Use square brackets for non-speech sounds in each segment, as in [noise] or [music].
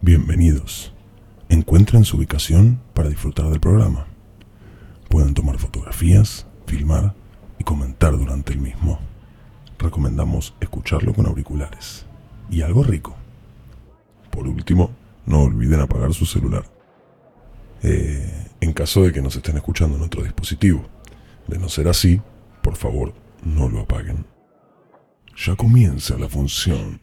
bienvenidos. Encuentran su ubicación para disfrutar del programa. Pueden tomar fotografías, filmar y comentar durante el mismo. Recomendamos escucharlo con auriculares. Y algo rico. Por último, no olviden apagar su celular. Eh, en caso de que nos estén escuchando en otro dispositivo. De no ser así, por favor, no lo apaguen. Ya comienza la función.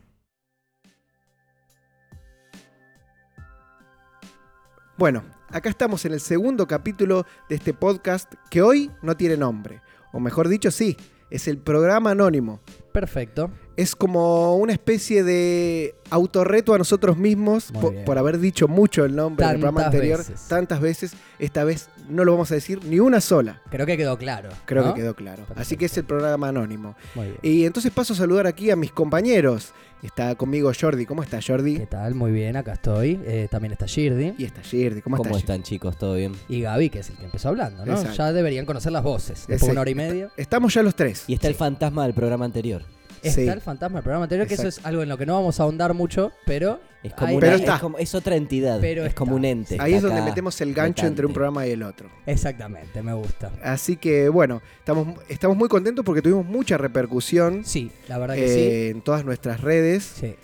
Bueno, acá estamos en el segundo capítulo de este podcast que hoy no tiene nombre. O mejor dicho, sí, es el programa anónimo. Perfecto. Es como una especie de autorreto a nosotros mismos Muy po- por, bien. haber dicho mucho el nombre del Tantas programa anterior veces. tantas veces. Esta vez no lo vamos a decir ni una sola. Creo que quedó claro. Creo ¿no? que quedó claro. Así Perfecto. que es el programa anónimo. Muy bien. Y entonces paso a saludar aquí a mis compañeros. Está conmigo Jordi. ¿Cómo está Jordi? ¿Qué tal? Muy bien, acá estoy. Eh, también está Shirdi. Y está Jordi. ¿Cómo, ¿Cómo está? Jordi? están chicos? ¿Todo bien? Y Gaby, que es el que empezó hablando, ¿no? Exacto. Ya deberían conocer las voces. Después Exacto. de una hora y media. Estamos ya los tres. Y está el fantasma del programa anterior. Está Sí. el fantasma del programa anterior, que eso Exacto. es algo en lo que no vamos a ahondar mucho, pero. Es como, ahí- una- Pero es está. como- es otra entidad. Pero es está. como un ente. Ahí es Está donde acá, metemos el gancho flotante. entre un programa y el otro. Exactamente, me gusta. Así que bueno, estamos, estamos muy contentos porque tuvimos mucha repercusión Sí, la verdad que eh, en todas nuestras redes, sí. Sí,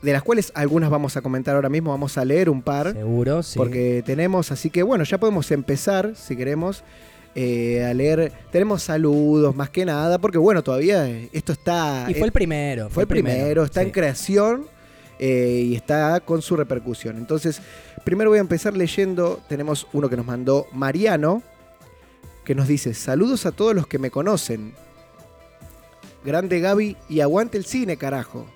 de las cuales algunas vamos a comentar ahora mismo, vamos a leer un par, seguro, sí. porque tenemos, así que bueno, ya podemos empezar, si queremos, eh, a leer. Tenemos saludos más que nada, porque bueno, todavía eh, esto está... y fue eh, el primero. fue el primero, está en sí. creación eh, y está con su repercusión. Entonces, primero voy a empezar leyendo. Tenemos uno que nos mandó Mariano, que nos dice: Saludos a todos los que me conocen. Grande Gaby y aguante el cine, carajo.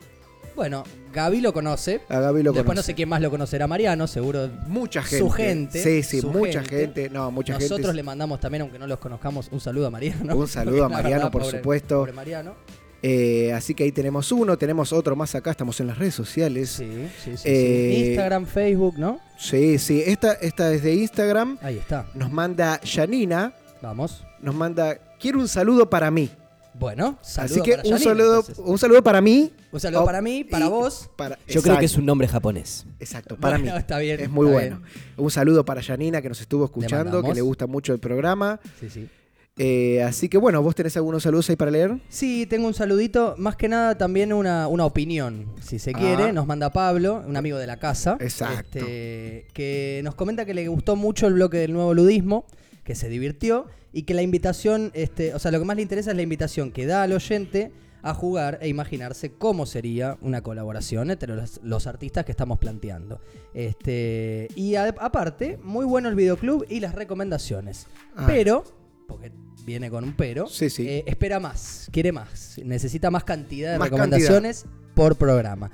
Bueno, Gaby lo conoce. A Gaby lo Después no conoce. sé quién más lo conocerá, Mariano, seguro. Mucha gente. Su gente, Sí, sí, su mucha gente. gente. No, mucha Nosotros gente. le mandamos también, aunque no los conozcamos, un saludo a Mariano. Un saludo a [laughs] La Mariano, por supuesto. pobre Mariano. Eh, así que ahí tenemos uno, tenemos otro más acá. Estamos en las redes sociales. Sí, Sí, sí, sí, sí. Eh, Instagram, Facebook, ¿no? sí. Esta, esta es de Instagram. Ahí está. Nos manda Janina. Vamos. nos manda quiero un saludo para mí. Bueno, saludo Así que para un Janine, saludo, entonces. un saludo para mí. Un saludo Oh, para mí, para y- vos. Para, Yo creo que es exacto, un nombre japonés. exacto, para [laughs] Bueno, mí. Está bien. es muy está bueno. Un saludo para Janina que nos estuvo escuchando, que mandamos. le gusta mucho el programa. bien. Sí, sí. Eh, así que bueno, vos tenés algunos saludos ahí para leer. Sí, tengo un saludito. Más que nada también una, una opinión, si se quiere. Ah. Nos manda Pablo, un amigo de la casa. Exacto. Este, que nos comenta que le gustó mucho el bloque del nuevo ludismo, que se divirtió y que la invitación, este, o sea, lo que más le interesa es la invitación que da al oyente a jugar e imaginarse cómo sería una colaboración entre los, los artistas que estamos planteando. Este, y a- aparte, muy bueno el videoclub y las recomendaciones. Ah. Pero, porque viene con un pero, Sí, sí. eh, espera más, quiere más, necesita más cantidad de Más recomendaciones por programa.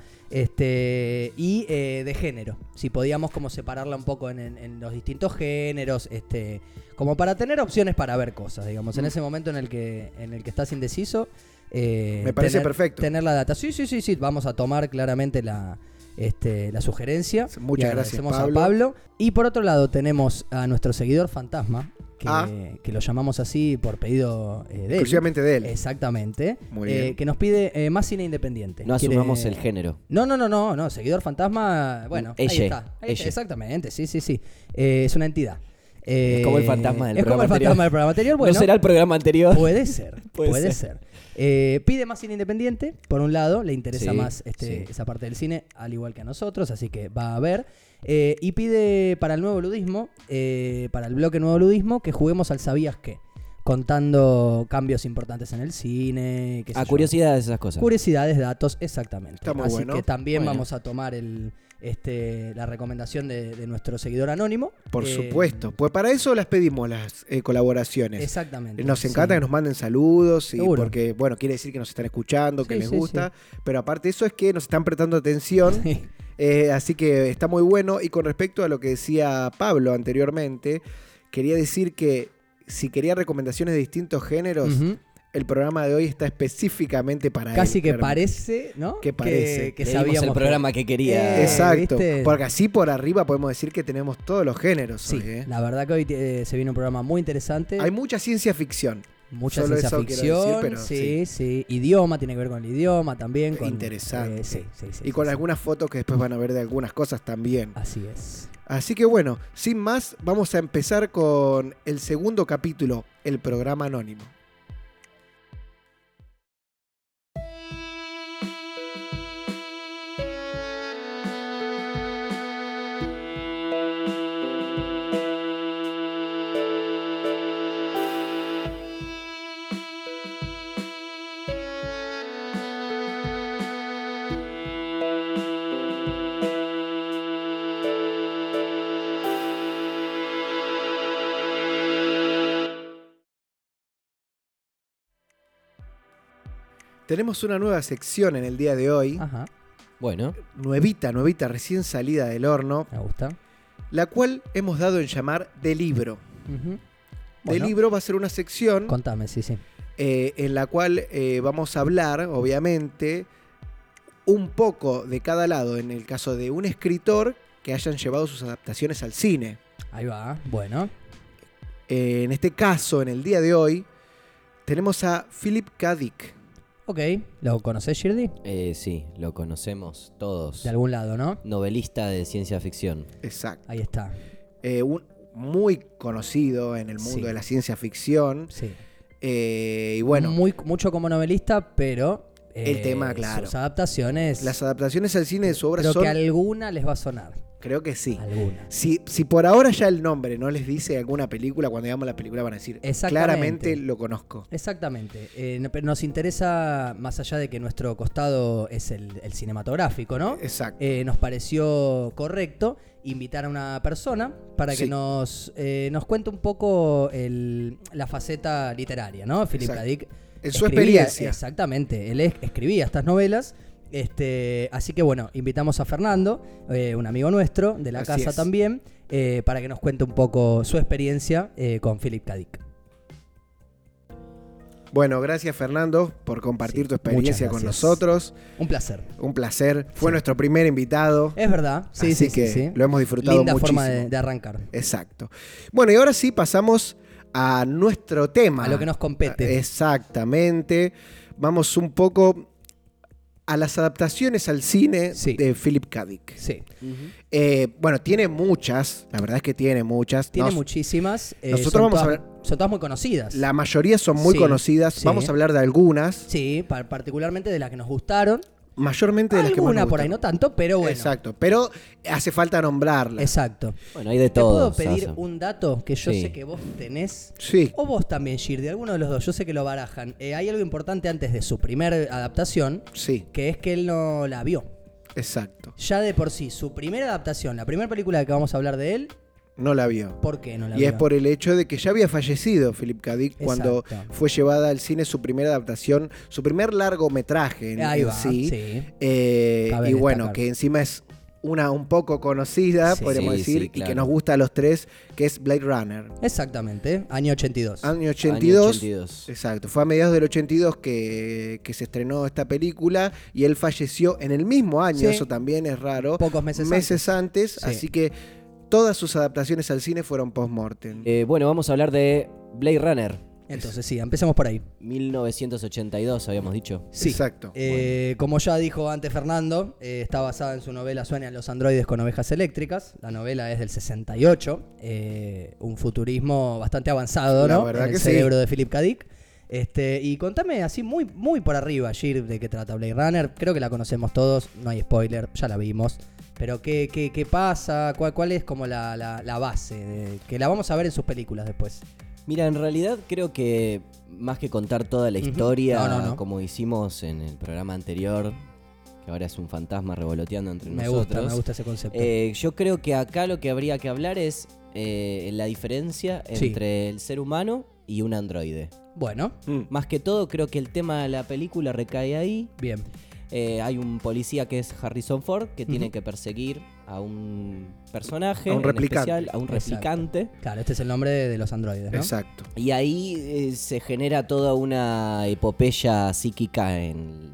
Este, y eh, de género, si podíamos como separarla un poco en, en- en los distintos géneros, este, como para tener opciones para ver cosas, digamos, en Mm. ese momento en el que, en el que estás indeciso. eh, Me parece tener- perfecto. Tener la data. Sí, sí, sí, sí, vamos a tomar claramente la, este, la sugerencia. Muchas Y gracias, agradecemos Pablo. a Pablo. Y por otro lado tenemos a nuestro seguidor fantasma, que, Ah. que lo llamamos así por pedido eh, de él. Exclusivamente de él. Exactamente. Muy Eh, bien. que nos pide eh, más cine independiente. No Quiere- asumamos el género. No, no, no, no, no. Seguidor fantasma, bueno, ahí Ella, está. Ahí está, ella. Exactamente, sí, sí, sí. Eh, es una entidad. Eh, como el fantasma del es como programa el fantasma anterior. del programa anterior. Bueno, ¿No será el programa anterior? Puede ser, puede, [laughs] Puede ser. ser. Eh, pide más cine independiente, por un lado, le interesa Sí, más este, sí. esa parte del cine, al igual que a nosotros, así que va a ver. Eh, y pide para el nuevo ludismo, eh, para el bloque nuevo ludismo, que juguemos al sabías qué, contando cambios importantes en el cine. qué sé A yo. Ah, curiosidades esas cosas. Curiosidades, datos, exactamente. Está muy Así bueno. que también Bueno. vamos a tomar el, este, la recomendación de, de nuestro seguidor anónimo. Por Eh, supuesto. Pues para eso las pedimos las eh, colaboraciones. Exactamente. Nos encanta sí. que nos manden saludos, y Seguro. porque bueno, quiere decir que nos están escuchando, que Sí, les sí, gusta, pero aparte eso es que nos están prestando [laughs] atención Sí. Eh, así que está muy bueno. Y con respecto a lo que decía Pablo anteriormente, quería decir que si quería recomendaciones de distintos géneros, Ujú. el programa de hoy está específicamente para Casi él, que claramente. parece, ¿no? Que parece. Que, Le dimos sabíamos. el programa que quería. Eh, Exacto. ¿viste? Porque así por arriba podemos decir que tenemos todos los géneros. Sí, hoy, ¿eh? la verdad que hoy eh, se viene un programa muy interesante. Hay mucha ciencia ficción. Mucha Solo ciencia eso quiero decir, ficción, pero sí, sí, Idioma, tiene que ver con el idioma también. Con, Interesante. eh, sí, sí, sí, Y con sí, Ah. sí. algunas fotos que después van a ver de algunas cosas también. Así es. Así que bueno, sin más, vamos a empezar con el segundo capítulo, el programa anónimo. Tenemos una nueva sección en el día de hoy, Ajá, Bueno, nuevita, nuevita, recién salida del horno, me gusta. la cual hemos dado en llamar de libro. Ujú. de Bueno, libro va a ser una sección Contame, sí, sí. eh, en la cual eh, vamos a hablar, obviamente, un poco de cada lado, en el caso de un escritor que hayan llevado sus adaptaciones al cine. Ahí va, bueno. Eh, en este caso, en el día de hoy, tenemos a Philip K. Dick. Ok, ¿lo conocés, Shirdi? eh, sí, lo conocemos todos. De algún lado, ¿no? Novelista de ciencia ficción. Exacto. Ahí está, Eh, un- muy conocido en el mundo Sí. de la ciencia ficción. sí. Eh, y bueno, Muy, mucho como novelista, pero... eh, El tema, claro. Sus adaptaciones... las adaptaciones al cine de su obra creo son. que alguna les va a sonar. Creo que sí. Alguna. Si, si por ahora ya el nombre no les dice alguna película, cuando veamos la película van a decir, Exactamente. claramente lo conozco. Exactamente. Eh, no- pero nos interesa, más allá de que nuestro costado es el, el cinematográfico, ¿no? Exacto. Eh, nos pareció correcto invitar a una persona para que Sí. nos, eh, nos cuente un poco el- la faceta literaria, ¿no? Philip K. Exacto. Dick. en su Eh, escribía- experiencia. Exactamente. Él es- escribía estas novelas. Este, así que bueno, invitamos a Fernando, eh, un amigo nuestro de la Así casa es. también, eh, para que nos cuente un poco su experiencia eh, con Philip K. Dick. Bueno, gracias Fernando por compartir Sí, tu experiencia muchas con gracias. nosotros. Un placer. Un placer. Fue Sí. nuestro primer invitado. Es verdad. Sí, así sí, sí, que sí. lo hemos disfrutado Linda muchísimo. forma de, de arrancar. Exacto. Bueno, y ahora sí pasamos a nuestro tema. Ah, A lo que nos compete. Exactamente. Vamos un poco a las adaptaciones al cine Sí. de Philip K. Dick. Sí. Eh, bueno, tiene muchas, la verdad es que tiene muchas. Tiene Nos- muchísimas. eh, nosotros son vamos a todas- Son todas muy conocidas. La mayoría son muy Sí, conocidas, sí. vamos a hablar de algunas, Sí, par- particularmente de las que nos gustaron. mayormente de las que más Alguna nos por ahí, gustaron. no tanto, pero bueno. Exacto, pero hace falta nombrarlas. Exacto. Bueno, hay de ¿Te todo. puedo pedir Sasa. un dato que yo Sí. sé que vos tenés? Sí, O vos también, Shirdi, alguno de los dos, yo sé que lo barajan. Eh, hay algo importante antes de su primera adaptación, sí, que es que él no la vio. exacto. Ya de por sí, su primera adaptación, la primera película que vamos a hablar de él, No la vio. ¿por qué no la Y vio? es por el hecho de que ya había fallecido Philip K. Dick cuando Exacto. fue llevada al cine su primera adaptación, su primer largometraje en, Ahí en va, sí. sí. Eh, Cabe y bueno, destacar. que encima es una un poco conocida, Sí. podríamos Sí, decir, sí, y que claro. nos gusta a los tres, que es Blade Runner. Exactamente, año 82. Año Año 82. 82. Exacto, fue a mediados del 82 que, que se estrenó esta película y él falleció en el mismo año, Sí. eso también es raro. Pocos meses, antes. antes, Sí. así que todas sus adaptaciones al cine fueron post-mortem. Eh, bueno, vamos a hablar de Blade Runner. Entonces sí, empecemos por ahí. 1982, habíamos dicho. Sí. Ah, Exacto. Eh, Como ya dijo antes Fernando, eh, está basada en su novela Sueñan los androides con ovejas eléctricas. La novela es del 68, eh, un futurismo bastante avanzado, La ¿no? verdad en el que sí. cerebro de Philip K. Dick. Este, y contame así muy, muy por arriba, Gir, de qué trata Blade Runner. Creo que la conocemos todos, no hay spoiler, ya la vimos. Pero ¿qué, qué, qué pasa? ¿Cuál, ¿Cuál es como la, la- la base? de- que la vamos a ver en sus películas después. Mira, en realidad creo que más que contar toda la Ujú. historia, No, no, no. como hicimos en el programa anterior, que ahora es un fantasma revoloteando entre Me nosotros. gusta, me gusta este ese concepto. Eh, yo creo que acá lo que habría que hablar es eh, la diferencia Sí. entre el ser humano y un androide. bueno, Mm. Más que todo, creo que el tema de la película recae ahí. bien. Eh, hay un policía que es Harrison Ford que tiene Ujú. que perseguir a un personaje, A un en replicante. especial, a un Exacto. replicante. Claro, este es el nombre de, de los androides, ¿no? Exacto. Y ahí eh, se genera toda una epopeya psíquica en,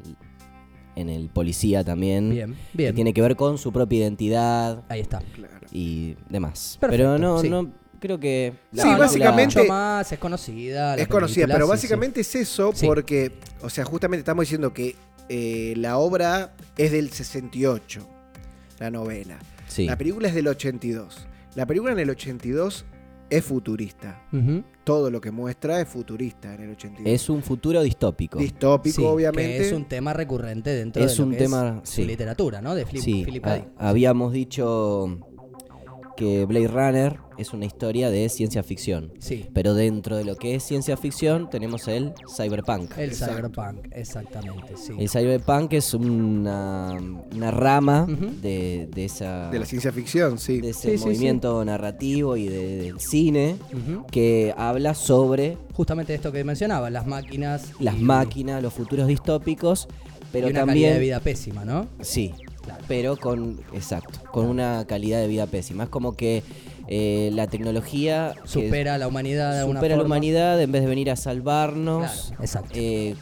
en el policía también. Bien, Que bien. tiene que ver con su propia identidad Ahí está. Claro. y demás. Perfecto, Pero no, sí. no creo que... Sí, película- básicamente- mucho más, es conocida. la Es conocida, película, pero sí, básicamente es eso Sí. porque, o sea, justamente estamos diciendo que eh, la obra es del 68, la novela. Sí. La película es del 82. La película en el 82 es futurista. sí. Ujú. Todo lo que muestra es futurista en el 82. Es un futuro distópico. distópico, Sí, obviamente. que es un tema recurrente dentro Es de lo un que tema, es sí. su literatura, ¿no? De Philip, sí, Philip ah, K. ha- Dick. habíamos dicho que Blade Runner es una historia de ciencia ficción. Sí, Pero dentro de lo que es ciencia ficción tenemos el cyberpunk. el Exacto. cyberpunk, exactamente, sí. El cyberpunk es una, una rama Ujú. de, de esa, De la ciencia ficción, sí. de Sí, ese sí, sí. movimiento narrativo y de- del cine Ujú. que habla sobre Justamente esto que mencionaba, las máquinas. las y- máquinas, los futuros distópicos, pero y una calidad también de vida pésima, ¿no? Sí, Claro. pero con, exacto, con una calidad de vida pésima. Es como que eh, la tecnología que Supera a la humanidad de alguna supera a la forma. humanidad en vez de venir a salvarnos. Claro, exacto. eh,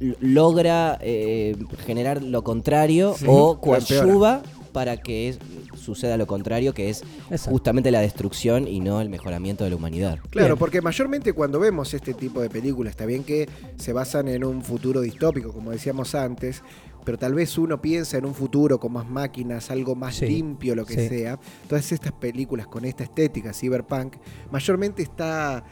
l- logra eh, generar lo contrario Sí. o Lo coadyuva para que es- suceda lo contrario, que es Exacto. justamente la destrucción y no el mejoramiento de la humanidad. Claro, Bien. porque mayormente cuando vemos este tipo de películas, está bien que se basan en un futuro distópico, como decíamos antes, pero tal vez uno piensa en un futuro con más máquinas, algo más Sí, limpio, lo que sí. sea. Todas estas películas con esta estética cyberpunk, mayormente está...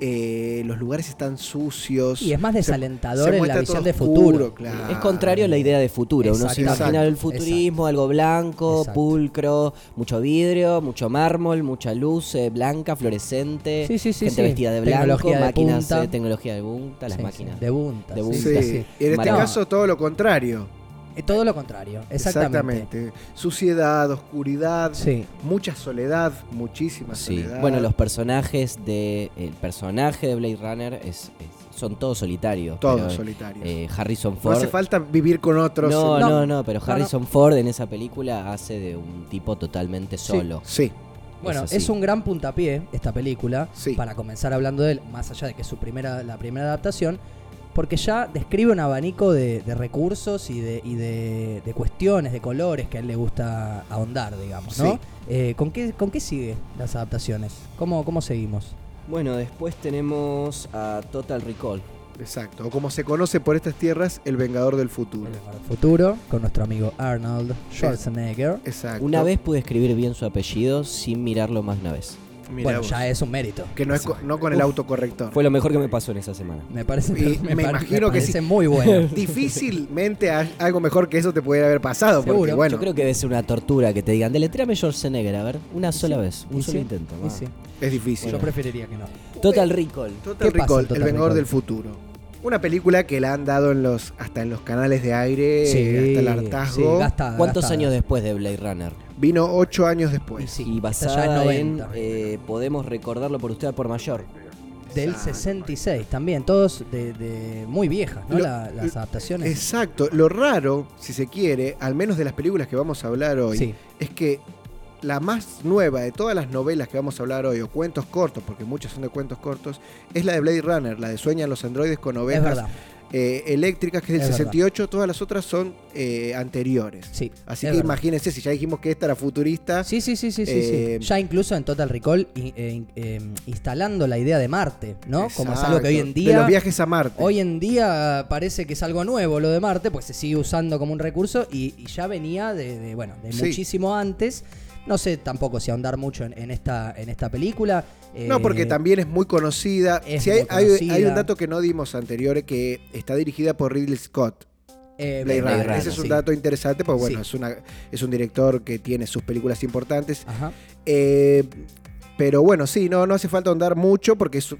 eh, los lugares están sucios. Y es más Se- desalentador se en la muestra visión todo de oscuro, futuro. claro. Es contrario a la idea de futuro. Uno se Exactamente. imagina el futurismo, algo blanco, Exacto. pulcro, mucho vidrio, mucho mármol, mucha luz eh, blanca, fluorescente, Sí, sí, sí, gente sí. vestida de blanco, Tecnología de máquinas, punta. eh, tecnología de punta, las Sí, sí, máquinas. De Bunta. De sí, Sí, Bunta, sí, sí. y en este Maravilla. caso todo lo contrario. Eh, Todo lo contrario, exactamente. Suciedad, oscuridad, Sí. mucha soledad, muchísima Sí. soledad. Bueno, los personajes de el personaje de Blade Runner es, es- son todos solitarios. todos pero, solitarios. eh, Harrison No Ford. hace falta vivir con otros. no, No. no, no, pero No, no. Harrison Ford en esa película hace de un tipo totalmente solo. Sí, Bueno, Es es, así. un gran puntapié esta película Sí. para comenzar hablando de él, más allá de que es su primera, la primera adaptación, porque ya describe un abanico de, de recursos y, de, y de, de cuestiones, de colores que a él le gusta ahondar, digamos, ¿no? Sí. Eh, ¿con, qué, ¿Con qué sigue las adaptaciones? ¿Cómo, cómo seguimos? Bueno, después tenemos a Total Recall. exacto. O como se conoce por estas tierras, el Vengador del Futuro. El futuro con nuestro amigo Arnold Eh, Schwarzenegger. Exacto. Una vez pude escribir bien su apellido sin mirarlo más una vez. Mirá bueno, vos. ya es un mérito. Que no, es co- no con el autocorrector. Fue [laughs] lo mejor que me pasó en esa semana. Me parece, Y me imagino que sí. parece muy bueno. [laughs] Difícilmente a- algo mejor que eso te pudiera haber pasado. Porque, Seguro. bueno, Yo creo que debe ser una tortura que te digan, deletréame Schwarzenegger, a ver, una sola vez, un Y solo sí, intento. y va". sí. es difícil. Yo preferiría que no. Total Recall. Total ¿Qué pasa Recall, en El Total Vengador Recall? del Futuro. Una película que la han dado en los hasta en los canales de aire, hasta el hartazgo. sí, gastada, ¿Cuántos gastada. años después de Blade Runner? Vino ocho años después. Sí, y esta ya es basada en, 90. eh, podemos recordarlo por usted al por mayor. Del Exacto. 66 también, todos de, de muy viejas, ¿no? Lo- La- las adaptaciones. Exacto. Lo raro, si se quiere, al menos de las películas que vamos a hablar hoy, Sí. es que la más nueva de todas las novelas que vamos a hablar hoy, o cuentos cortos, porque muchas son de cuentos cortos, es la de Blade Runner, la de Sueñan los androides con es ovejas verdad, eh, eléctricas, que es del Es verdad. 68. Todas las otras son eh, anteriores. sí. Así es que verdad. imagínense, si ya dijimos que esta era futurista, Sí, sí, sí, sí, sí, sí. Eh, Ya incluso en Total Recall i- eh, in- eh, instalando la idea de Marte, ¿no? Como es algo que hoy en Exacto. De los día. viajes a Marte. Hoy en día parece que es algo nuevo lo de Marte, pues se sigue usando como un recurso y, y ya venía de, de, bueno, de Sí. muchísimo antes. No sé tampoco si ahondar mucho en, en esta, en esta película. No, porque eh, también es muy conocida. es Si hay, muy hay- conocida. hay un dato que no dimos anterior, eh, que está dirigida por Ridley Scott. eh, Blade Blade Runner. Runner, Ese es un sí. dato interesante, porque bueno, Sí. es, una, es un director que tiene sus películas importantes. Ajá. Eh, pero bueno, sí, no, no hace falta ahondar mucho, porque es,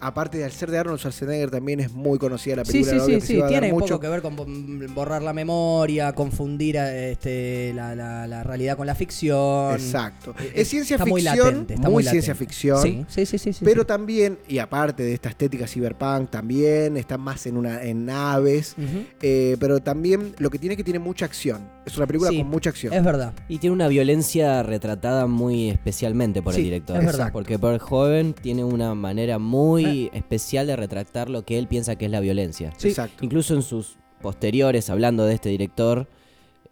aparte de al ser de Arnold Schwarzenegger también es muy conocida la Sí, película. sí, ¿no? sí, que se sí. iba a dar Tiene mucho. poco que ver con bo- borrar la memoria, confundir eh, este, la, la- la realidad con la ficción. Exacto. Eh, Es ciencia está muy ficción, muy, latente, está muy ciencia latente. ficción. Sí, sí, sí, sí. sí, Pero también, y aparte de esta estética cyberpunk, también está más en una en naves. sí. Ujú. eh, pero también lo que tiene es que tiene mucha acción. Es una película Sí, con mucha acción. Es verdad. Y tiene una violencia retratada muy especialmente por Sí, el director. es verdad. Porque Joven tiene una manera muy especial de retratar lo que él piensa que es la violencia. sí. Exacto. Incluso en sus posteriores, hablando de este director,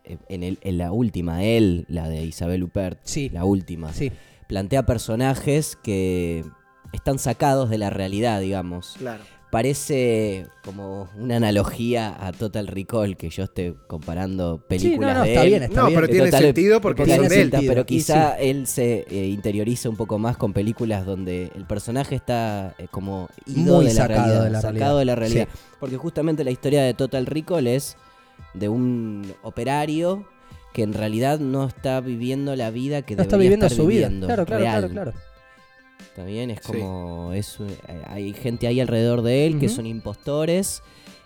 eh, en, el- en la última, él, la de Isabel Huppert, Sí. la última, Sí. plantea personajes que están sacados de la realidad, digamos. Claro. Parece como una analogía a Total Recall que yo esté comparando películas no, no, de está él. bien, está No, pero Que tiene total- sentido porque tiene son de él. sentido, Pero Y quizá él se eh, interioriza un poco más con películas donde el personaje está eh, como ido Muy de la sacado realidad, de la sacado realidad. de la realidad. Porque justamente la historia de Total Recall es de un operario que en realidad no está viviendo la vida que No está debería viviendo estar su vida. viviendo, Claro, claro, real. claro, claro. También es Sí. como. Es, un- hay gente ahí alrededor de él que Ujú. son impostores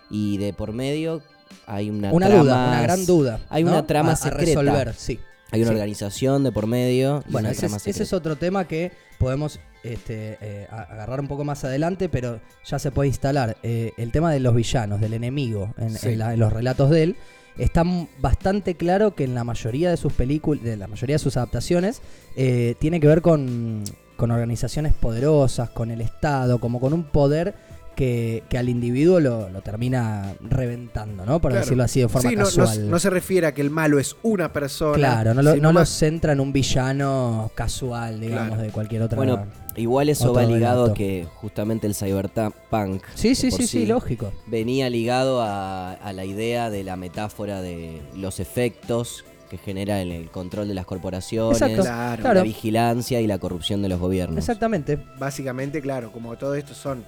y de por medio hay una, Una trama- duda, una gran duda. hay ¿no? una trama a, a secreta. resolver, sí. Hay una Sí. organización de por medio. y Bueno, una ese trama es, ese secreta. es otro tema que podemos este, eh, a- agarrar un poco más adelante, pero ya se puede instalar. Eh, el tema de los villanos, del enemigo, en, Sí. en la- en los relatos de él, está m- bastante claro que en la mayoría de sus películas, de la mayoría de sus adaptaciones, eh, tiene que ver con, con organizaciones poderosas, con el Estado, como con un poder que, que al individuo lo, lo termina reventando, ¿no? Por Claro. decirlo así de forma Sí, no, no- casual. no se refiere a que el malo es una persona. Claro, no lo, sino no lo más- centra en un villano casual, digamos, Claro. de cualquier otra. Bueno, igual eso Otro va ligado a relato. que justamente el cyberpunk sí, sí, por sí, sí, lógico. venía ligado a, a la idea de la metáfora de los efectos que genera el, el control de las corporaciones, Exacto, Claro, claro. la vigilancia y la corrupción de los gobiernos. Exactamente. Básicamente, claro, como todo esto son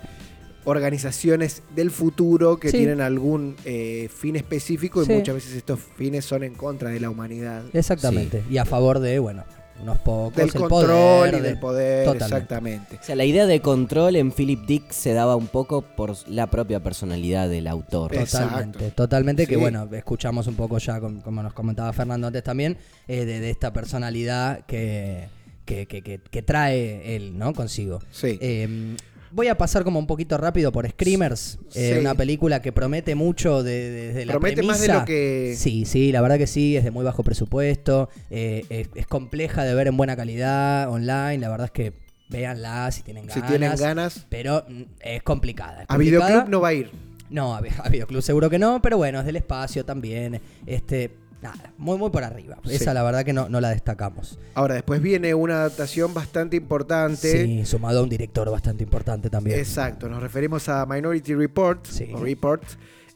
organizaciones del futuro que Sí. tienen algún eh, fin específico y Sí. muchas veces estos fines son en contra de la humanidad. Exactamente. Y a favor de, bueno, unos pocos. Del el control poder, y de- del poder, totalmente. exactamente. O sea, la idea de control en Philip Dick se daba un poco por la propia personalidad del autor. Eh, Totalmente, Exacto. totalmente que Sí. bueno, escuchamos un poco ya, com- como nos comentaba Fernando antes también, eh, de, de esta personalidad que, que, que- que- que trae él, ¿no? Consigo. Sí. Eh, voy a pasar como un poquito rápido por Screamers, eh, Sí. una película que promete mucho de- de- desde la Promete más de premisa. lo que- Sí, sí, la verdad que sí, es de muy bajo presupuesto, eh, es, es compleja de ver en buena calidad online, la verdad es que véanla si tienen si ganas. tienen ganas, Pero mm, es complicada. es a complicada. Videoclub no va a ir. No, a, vi- a Videoclub seguro que no, pero bueno, es del espacio también. Este, nada, muy, muy por arriba. Sí. Esa la verdad que no, no la destacamos. Ahora, después viene una adaptación bastante importante. Sí, sumado a un director bastante importante también. Exacto, nos referimos a Minority Report, Sí. Ah. o Report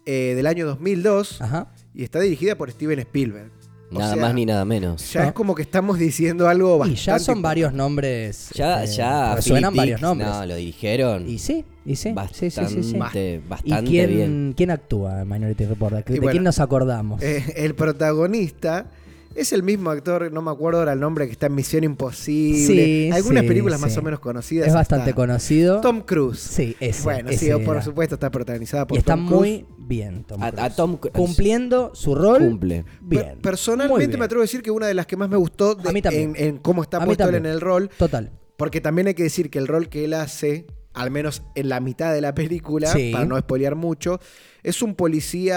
eh, del año 2002 Ajá. y está dirigida por Steven Spielberg. O Nada sea, más ni nada menos. Ya es como que estamos diciendo algo Ah. Y bastante. ya son varios nombres. Ya, este, ya. porque Philip Suenan Dick, varios nombres. No, lo dirigieron. Y sí, y sí. sí, bastante, sí, sí, sí. ¿Y bastante quién, bien. quién actúa en Minority Report? ¿De, Y de bueno, quién nos acordamos? Eh, el protagonista es el mismo actor, no me acuerdo ahora el nombre, que está en Misión Imposible. Sí, Algunas sí, películas más sí. o menos conocidas. es bastante está. conocido. Tom Cruise. Sí, ese, bueno, ese sí, o por era. supuesto está protagonizada por Y está Tom Cruise. muy bien Tom A- a Cruise. Tom Cruise. Cumpliendo su rol. Cumple. Per- Bien. Muy Personalmente bien. me atrevo a decir que una de las que más me gustó de- A mí también. en, en cómo A está mí puesto él en también. el rol, Total. porque también hay que decir que el rol que él hace, al menos en la mitad de la película, Sí. para no spoilear mucho, es un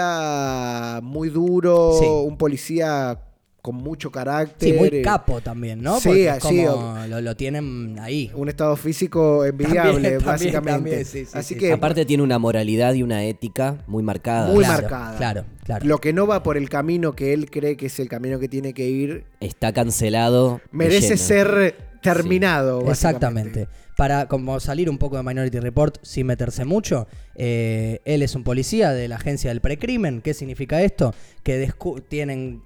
policía muy duro, Sí. un policía con mucho carácter. Sí, muy eh, capo también, ¿no? Sí, Porque es sí, como lo, lo tienen ahí. un estado físico envidiable, [laughs] También, también, básicamente. también, sí, sí, Así sí, que sí. Aparte tiene una moralidad y una ética muy marcada. Muy Claro, marcada. Claro, claro. lo que no va por el camino que él cree que es el camino que tiene que ir, Está cancelado. de merece lleno. ser terminado. básicamente. Exactamente. Para como salir un poco de Minority Report sin meterse mucho, eh, él es un policía de la agencia del precrimen. ¿Qué significa esto? Que descu- tienen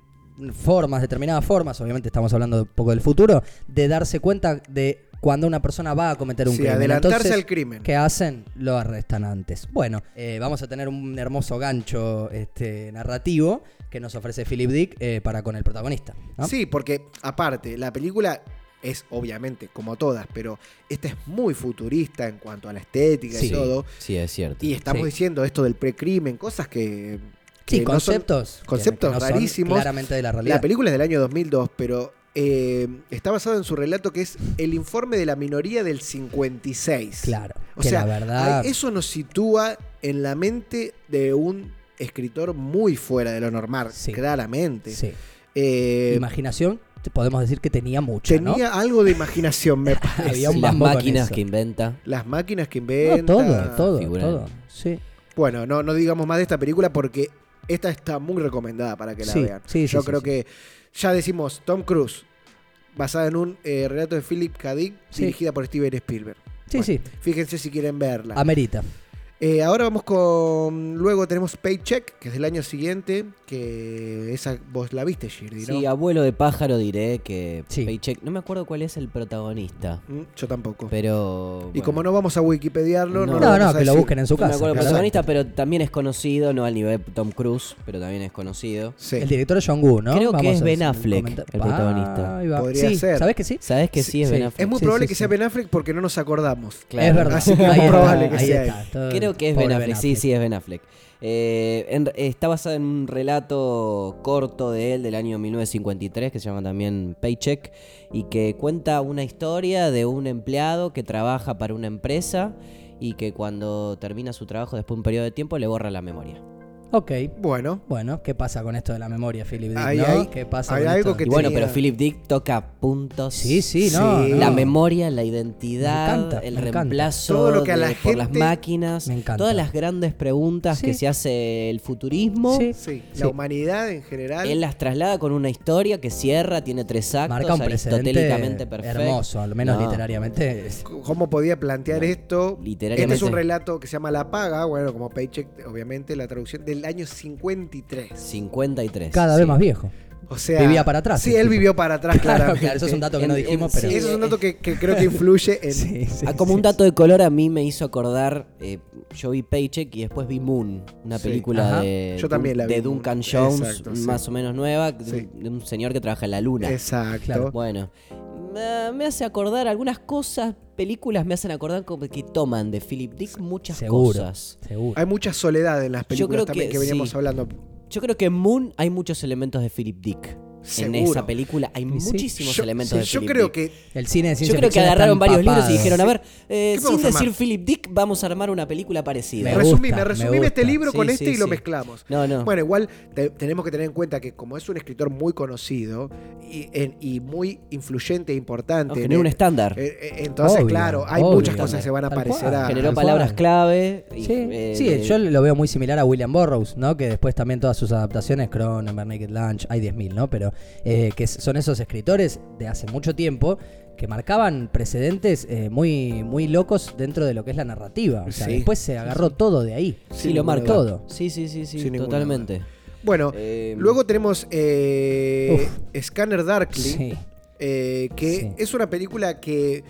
formas, determinadas formas, obviamente estamos hablando un poco del futuro, de darse cuenta de cuando una persona va a cometer un Sí, crimen. adelantarse Entonces, al crimen. ¿Qué hacen? Lo arrestan antes. Bueno, eh, vamos a tener un hermoso gancho este, narrativo que nos ofrece Philip Dick eh, para con el protagonista. ¿no? Sí, porque aparte, la película es obviamente como todas, pero esta es muy futurista en cuanto a la estética Sí, y todo. sí, es cierto. Y estamos Sí. diciendo esto del precrimen, cosas que. que Sí, no son- conceptos. que- conceptos que no son rarísimos. Claramente de la realidad. La película es del año 2002, pero eh, está basado en su relato que es El informe de la minoría del 56. Claro. O que sea, la verdad. ay, eso nos sitúa en la mente de un escritor muy fuera de lo normal, Sí. claramente. sí. Eh, Imaginación, te podemos decir que tenía mucha. tenía algo de imaginación, [laughs] me parece. Había un las mambo con máquinas eso. que inventa. Las máquinas que ¿no? inventa. No, todo, todo, figura. todo. Sí. Bueno, no, no digamos más de esta película porque esta está muy recomendada para que la Sí, vean. sí, sí, Yo sí, creo sí. que ya decimos Tom Cruise. basada en un eh, relato de Philip K. Dick Sí. dirigida por Steven Spielberg. Sí, Bueno, sí. Fíjense si quieren verla. Amerita. Eh, ahora vamos con. Luego tenemos Paycheck, que es del año siguiente. Que esa vos la viste, Shirley, ¿no? Sí, abuelo de pájaro diré que Sí. Paycheck. No me acuerdo cuál es el protagonista, Mm, Yo tampoco. pero. y bueno, como no vamos a Wikipediarlo, no, No, lo No, vamos no, a que lo decir. busquen en su no me casa. acuerdo el claramente. protagonista, pero también es conocido, no al nivel de Tom Cruise, pero también es conocido. Sí. El director es John Woo, ¿no? Creo que es a- Ben Affleck, comentar- el protagonista. Ah, ahí va. Podría sí, ser. ¿Sabes que sí? ¿Sabes que sí, es sí. Ben Affleck? Es muy Sí, probable sí, que sí. sea Ben Affleck porque no nos acordamos. Claro. Es verdad. [laughs] Así que Ahí es está, probable que ahí sea está, él. todo- Creo que es pobre ben Affleck. sí, sí, es Ben Affleck. Eh, en- está basada en un relato corto de él del año 1953 que se llama también Paycheck y que cuenta una historia de un empleado que trabaja para una empresa y que cuando termina su trabajo después de un periodo de tiempo le borra la memoria. Ok. Bueno, Bueno, ¿qué pasa con esto de la memoria, Philip Dick? Ahí no? hay- ¿Qué pasa hay con algo esto? que Y bueno, tenía- pero Philip Dick toca puntos. Sí, sí, no. Sí. no. La memoria, la identidad, Me encanta, el me encanta. reemplazo Todo lo que a de- la por las gente- máquinas, Me encanta. todas las grandes preguntas Sí. que se hace el futurismo. Sí. sí, Sí. la humanidad en general. Él las traslada con una historia que cierra, tiene tres actos, Marca un aristotélicamente precedente perfecto. hermoso, al menos No, literariamente. es- ¿Cómo podía plantear esto? Literariamente. Este es un relato que se llama La Paga, bueno, como Paycheck, obviamente, la traducción del año 53. 53. Cada sí. vez más viejo. O sea, Vivía para atrás, Sí, el él tipo. vivió para atrás, [laughs] Claro, claramente. claro, eso es un dato que no En- en- dijimos, pero. eh, sí, Eso es un dato que, que creo que influye en. [laughs] Sí, sí, Ah, como sí. un dato de color a mí me hizo acordar, eh, yo vi Paycheck y después vi Moon, una Sí, película ajá. de, Yo también la vi, de Moon. Duncan Jones, Exacto, sí. más o menos nueva, de, Sí. de un señor que trabaja en la luna. Exacto. Claro. Bueno, me, me hace acordar algunas cosas, películas me hacen acordar como que toman de Philip Dick muchas Seguro. cosas. Seguro. Hay mucha soledad en las películas creo también que, que veníamos sí. hablando. Yo creo que en Moon hay muchos elementos de Philip Dick. Seguro. En esa película hay Y sí. muchísimos Yo, elementos sí, de yo Philip creo Dick. que El cine de Yo ciencia creo que ficción está agarraron varios libros empapado. y dijeron, a ver, eh, ¿Qué sin podemos decir armar? Philip Dick, vamos a armar una película parecida. Me gusta, resumime, me resumime este gusta. libro Sí, con sí, este y lo sí. mezclamos. No, no. Bueno, igual te- tenemos que tener en cuenta que como es un escritor muy conocido y, en- y muy influyente e importante, No, en generó un el- estándar. eh, eh, entonces, Obvio, claro, hay obvio. muchas cosas que se van a Tal parecer cual. a... generó tal palabras cual. clave. y, Sí, eh, sí, eh, yo lo veo muy similar a William Burroughs, ¿no? Que después también todas sus adaptaciones, Cronenberg, Naked Lunch, hay 10.000, ¿no? Pero eh, que son esos escritores de hace mucho tiempo que marcaban precedentes eh, muy, muy locos dentro de lo que es la narrativa. O sea, Sí. después se agarró todo de ahí. Sí, sin lo ninguna marca. duda. Todo. Sí, sí, sí, sí, Sin ninguna totalmente. Bueno, Eh, luego tenemos eh, Scanner Darkly, Sí. eh, que Sí. es una película que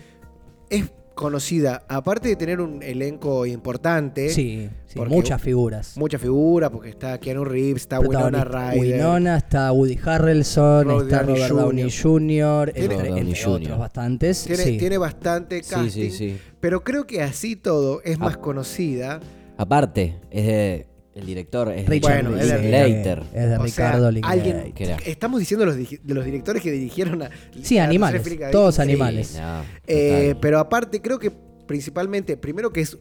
es conocida, aparte de tener un elenco importante, Sí, sí, Eh, Porque- muchas figuras. mucha figura, porque está Keanu Reeves, está Winona Protagonista- Ryder. Winona, está Woody Harrelson, Robert está Downey Robert Downey Jr., Tiene- entre, Robert Downey entre otros Jr.. bastantes. Tiene, sí. tiene bastante Sí, casting, sí, sí. pero creo que así todo es Ah. más conocida. Aparte, es de- el director, es de Richard Richard Bueno, es de- Linklater. Es de O sea, Ricardo Linklater. alguien, que era. Estamos diciendo los, di- de los directores que dirigieron a... Sí, a la animales, tercera película de todos Disney. animales. Sí, no, Eh, total. pero aparte, creo que principalmente, primero que es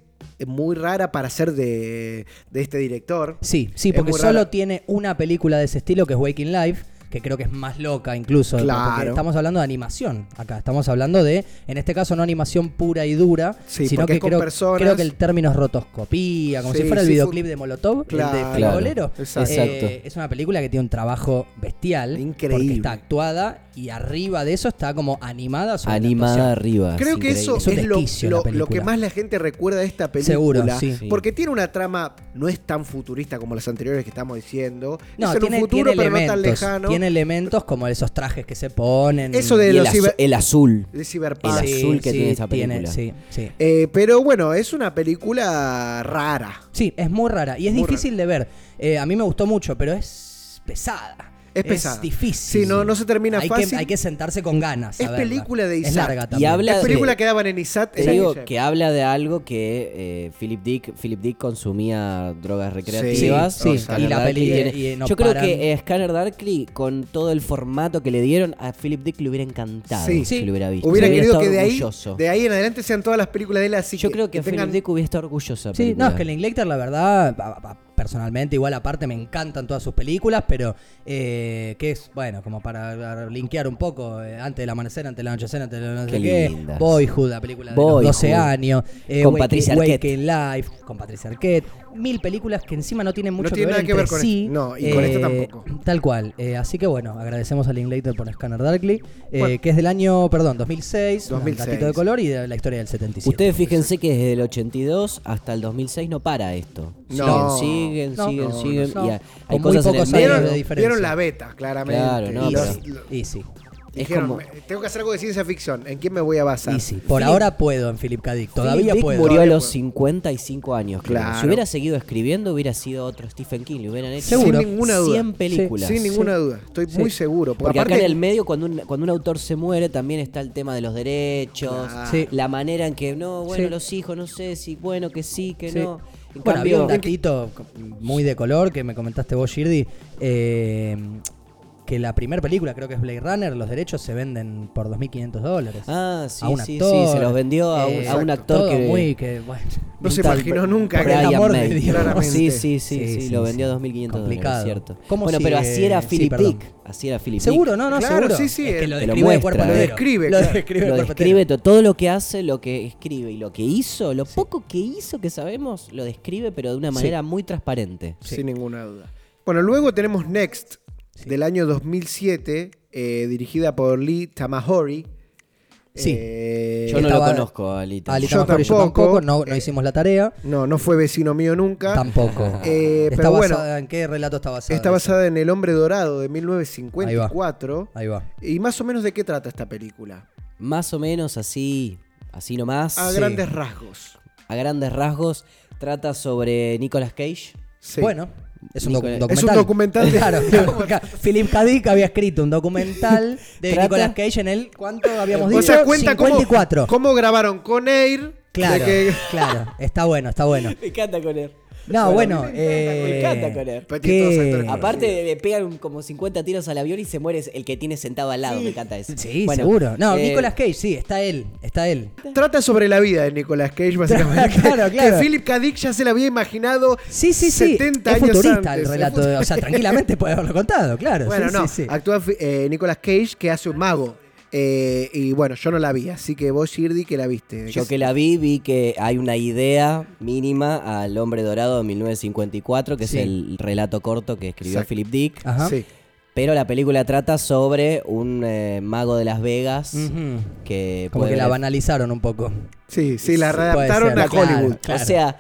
muy rara para ser de, de este director. Sí, sí, Es porque muy solo rara. tiene una película de ese estilo que es Waking Life, que creo que es más loca incluso. porque Claro. Estamos hablando de animación acá, estamos hablando de, en este caso no animación pura y dura, Sí, sino porque que es con creo, personas. creo que el término es rotoscopía, como Sí, si fuera el sí, videoclip fue- de Molotov, el de Claro. Frijolero. Exacto. Eh, es una película que tiene un trabajo bestial, porque Increíble. está actuada y arriba de eso está como animada. sobre la Animada actuación. arriba. Creo que increíble. eso Es un es lo, desquicio lo- la película. lo que más la gente recuerda de esta película. Seguro, sí. Sí. Porque tiene una trama, no es tan futurista como las anteriores que estamos diciendo. No, es en tiene, un futuro, tiene pero no tan elementos, lejano. tiene elementos como esos trajes que se ponen. Eso de Y el, los azu- ciber- el azul. de El Cyberpunk. azul que tiene esa película. sí, sí. Eh, pero bueno, es una película rara. Sí, es muy rara y es Muy difícil de ver. Eh, a mí me gustó mucho, pero es pesada. Es pesada. difícil. Sí, no, no se termina hay fácil. Que, hay que sentarse con ganas. a Es verla. película de Es Isaac. larga Y también. habla- Es de- película que daban en ISAT. Te en digo aquella que habla de algo que eh, Philip Dick Philip Dick consumía drogas recreativas. sí, Y sí. Scanner Y la Darkly peli- tiene- y no Yo creo paran. que eh, Scanner Darkly, con todo el formato que le dieron, a Philip Dick le hubiera encantado Sí. si Sí. lo hubiera visto. Hubiera Se querido estado que de ahí, orgulloso. de ahí en adelante sean todas las películas de él así. Yo creo que, tengan- Philip Dick hubiera estado orgulloso. de la Sí, no, es película. que Linklater, la verdad, a- a- personalmente, igual aparte me encantan todas sus películas, pero eh, que es, bueno, como para linkear un poco, eh, antes del amanecer, antes del anochecer, antes del no sé Qué qué, lindas. Boyhood, la película de Boyhood. los 12 años, eh, Con Wake- Patricia Wake Arquette. in Life, con Patricia Arquette, mil películas que encima no tienen mucho tiene que ver nada que ver entre con sí. esto. No, y con esta tampoco. Tal cual, Eh, así que bueno, agradecemos a Linklater por Scanner Darkly, eh, Bueno. que es del año, perdón, 2006, un 2006. gatito de color y de la historia del 77. Ustedes fíjense que desde el 82 hasta el 2006 no para esto. No. Siguen, siguen, No, siguen, no, siguen. no. y hay- hay Con muy cosas en el pocos medio. años Vieron, de diferencia. vieron la beta, claramente. Claro, no, Y pero- los- los- Easy, dijeron, como- "Me- tengo que hacer algo de ciencia ficción. ¿En quién me voy a basar? easy. Por ahora puedo en Philip K. Dick, todavía Philip Dick puedo. murió a Todavía los puedo. 55 años. creo. Claro. Si hubiera seguido escribiendo, hubiera sido otro Stephen King. Le hubieran hecho Seguro. Sin ninguna duda. 100 películas. Sin ninguna duda. Estoy Sí. muy seguro. Porque acá aparte- en el medio, cuando un, cuando un autor se muere, también está el tema de los derechos, Claro. Sí. la manera en que, no, bueno, Sí. los hijos, no sé si, bueno, que sí, que Sí. no. En Bueno, había cambio, un datito muy de color que me comentaste vos, Girdi, eh, que la primera película, creo que es Blade Runner, los derechos se venden por 2.500 dólares. ah, sí, a un sí, actor, sí, se los vendió a un, eh, a un exacto, actor Todo que... muy que, bueno, No se Tal- imaginó nunca por el que Brian amor de May, Dios. claramente. Sí, sí, sí, Sí, sí, sí, lo sí. vendió a 2.500 dólares, Complicado. cierto. ¿Cómo bueno, sigue? pero así era Sí, Philip perdón. Dick, así era Philip Seguro, Dick. no, no, Claro, seguro. sí, sí, es que él lo te lo describe de muestra. cuerpo Lo entero. describe, Lo claro. describe, de Lo cuerpo describe entero. to- todo lo que hace, lo que escribe y lo que hizo, lo poco que hizo que sabemos, lo describe pero de una Sí. manera muy transparente. Sí. Sin ninguna duda. Bueno, luego tenemos Next, del año 2007, eh, dirigida por Lee Tamahori. Sí. Eh, Yo no estaba- lo conozco, Alita. Ali Yo Tampoco, yo tampoco. eh, tampoco, no, no hicimos la tarea. no, no fue vecino mío nunca. Tampoco. Eh, Está pero bueno, basada, ¿En qué relato está basada? está basada en El Hombre Dorado de 1954. Ahí va. Y más o menos de qué trata esta película. Más o menos así, así nomás, A Sí. grandes rasgos. a grandes rasgos, trata sobre Nicolas Cage. Sí. Bueno, es un, docu- Nicolás. documental. Es un documental de- [laughs] [laughs] Claro, claro, ca- Philip K. Dick había escrito un documental de Trata- Nicolas Cage en el, ¿cuánto habíamos dicho? o sea, cuenta cómo- 54. Cómo, grabaron con Air. de Claro, que- claro, está bueno, está bueno. Me encanta con él. No, bueno, eh, Pero tiene todos actores que- conocidos. Aparte le pegan un- como 50 tiros al avión y se muere el que tiene sentado al lado, me encanta eso. Sí, Bueno, seguro. No, eh, Nicolas Cage, sí, está él, está él. Trata sobre la vida de Nicolas Cage, básicamente. [laughs] Claro, Que- claro. Que Philip K. Dick ya se la había imaginado Sí, sí, sí. 70 es años futurista antes. el relato, [laughs] de- o sea, tranquilamente puede haberlo contado, claro. Bueno, sí, no. sí, sí. Actúa eh, Nicolas Cage, que hace un mago. Eh, y bueno, yo no la vi, así que vos, Shirdi, que la viste. Yo que la vi, vi que hay una idea mínima al Hombre Dorado de 1954, que Sí. Ah. es el relato corto que escribió Exacto. Philip Dick. Ajá. Sí. Pero la película trata sobre un eh, mago de Las Vegas Ujú. que Como puede que la ver- banalizaron un poco. sí, sí, la Sí, adaptaron puede a ser, claro. Hollywood. claro. O sea,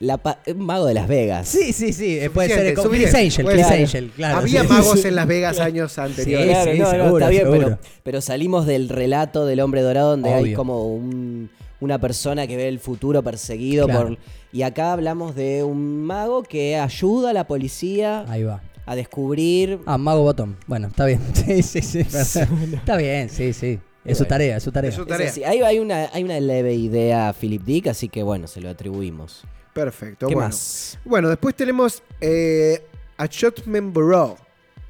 la pa- eh, un mago de Las Vegas. Sí, sí, sí, eh, puede ser Suficiente, eh, como Chris suficiente. Angel, Puede Chris ser. Angel, claro. Había sí. magos en Las Vegas años anteriores. Claro, sí, no, no, seguro, está bien, seguro. pero, pero salimos del relato del hombre dorado donde hay Obvio. como un- una persona que ve el futuro perseguido Claro. por... Y acá hablamos de un mago que ayuda a la policía [laughs] Ahí va. a descubrir... Ah, Mago Bottom. Bueno, está bien. [laughs] Sí, sí, sí. Está bien, sí, sí. Es su Bueno. tarea, es su tarea. Es su Es tarea. así, Hay, hay una, hay una leve idea a Philip Dick, así que bueno, se lo atribuimos. Perfecto. ¿Qué bueno. más? Bueno, después tenemos eh, A Shotman Bureau.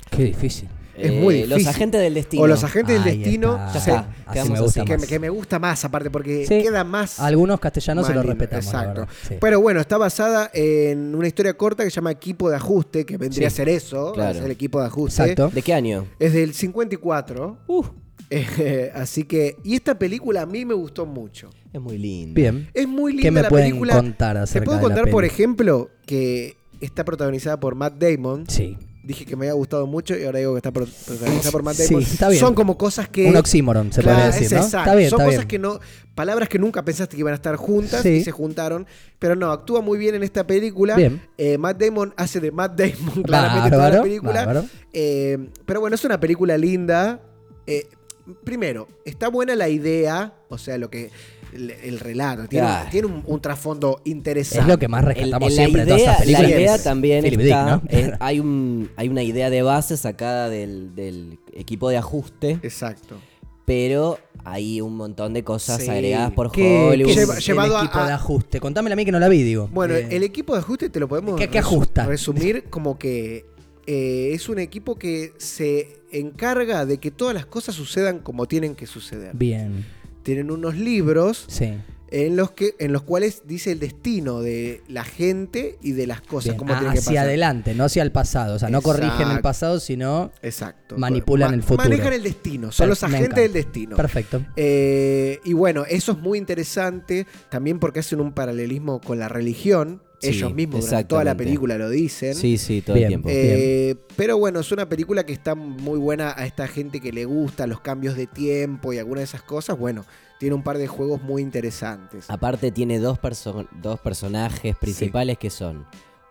Qué difícil. Es muy Eh, Los difícil. agentes del destino. O los agentes Ahí del destino. está. Ya se- está, Así quedamos me gusta así. que, más. me- que me gusta más, aparte, porque Sí. queda más. Algunos castellanos se Más lo lindo, respetamos. la Exacto. Pues, verdad. Sí. Pero bueno, está basada en una historia corta que se llama Equipo de Ajuste, que vendría Sí. a ser eso, Claro. es el equipo de ajuste. Exacto. ¿De qué año? Es del 54. Uf, eh, así que. Y esta película a mí me gustó mucho. es muy lindo. Bien. Es muy linda ¿Qué me la pueden película. contar Te acerca puedo de la contar, por peli? ejemplo, que está protagonizada por Matt Damon. Sí. Dije que me había gustado mucho y ahora digo que está pro- protagonizada por Matt Damon. Sí, está bien. Son como cosas que. Un oxímoron, se Claro, podría decir, es ¿no? exacto. Está bien, Son está cosas bien. que no. Palabras que nunca pensaste que iban a estar juntas Sí. y se juntaron. Pero no, actúa muy bien en esta película. Bien. Eh, Matt Damon hace de Matt Damon [laughs] claramente toda la Bárbaro, película. bárbaro. Eh, pero bueno, es una película linda. Eh, primero, está buena la idea, o sea, lo que. El, el relato. Tiene, Claro. tiene un, un trasfondo interesante. Es lo que más rescatamos El- el- siempre de la todas idea, estas películas. la idea es también Philip Dick, está, ¿no? [laughs] es- hay, un, hay una idea de base sacada del, del equipo de ajuste, Exacto. pero hay un montón de cosas Sí. agregadas por ¿Qué- Hollywood. qué es Lleva- el llevado a- equipo de a- ajuste? Contámela a mí que no la vi, digo. Bueno, Eh, el equipo de ajuste te lo podemos ¿Qué- qué resu- ajusta? resumir [laughs] como que eh, es un equipo que se encarga de que todas las cosas sucedan como tienen que suceder. Bien, Tienen unos libros sí. en los, que, en los cuales dice el destino de la gente y de las cosas, Bien, cómo ah, tiene que hacia pasar. adelante, no hacia el pasado. O sea, no corrigen el Exacto. pasado, sino. Exacto. Manipulan el futuro. Manejan el destino, son Per- los me agentes encanta. del destino. Perfecto. Eh, y bueno, eso es muy interesante también porque hacen un paralelismo con la religión. Sí, Ellos mismos durante toda la exactamente. película lo dicen. Sí, sí, todo Bien, el tiempo. eh, Eh, pero bueno, es una película que está muy buena a esta gente que le gusta los cambios de tiempo y algunas de esas cosas. Bueno, tiene un par de juegos muy interesantes. Aparte tiene dos, perso- dos personajes principales que son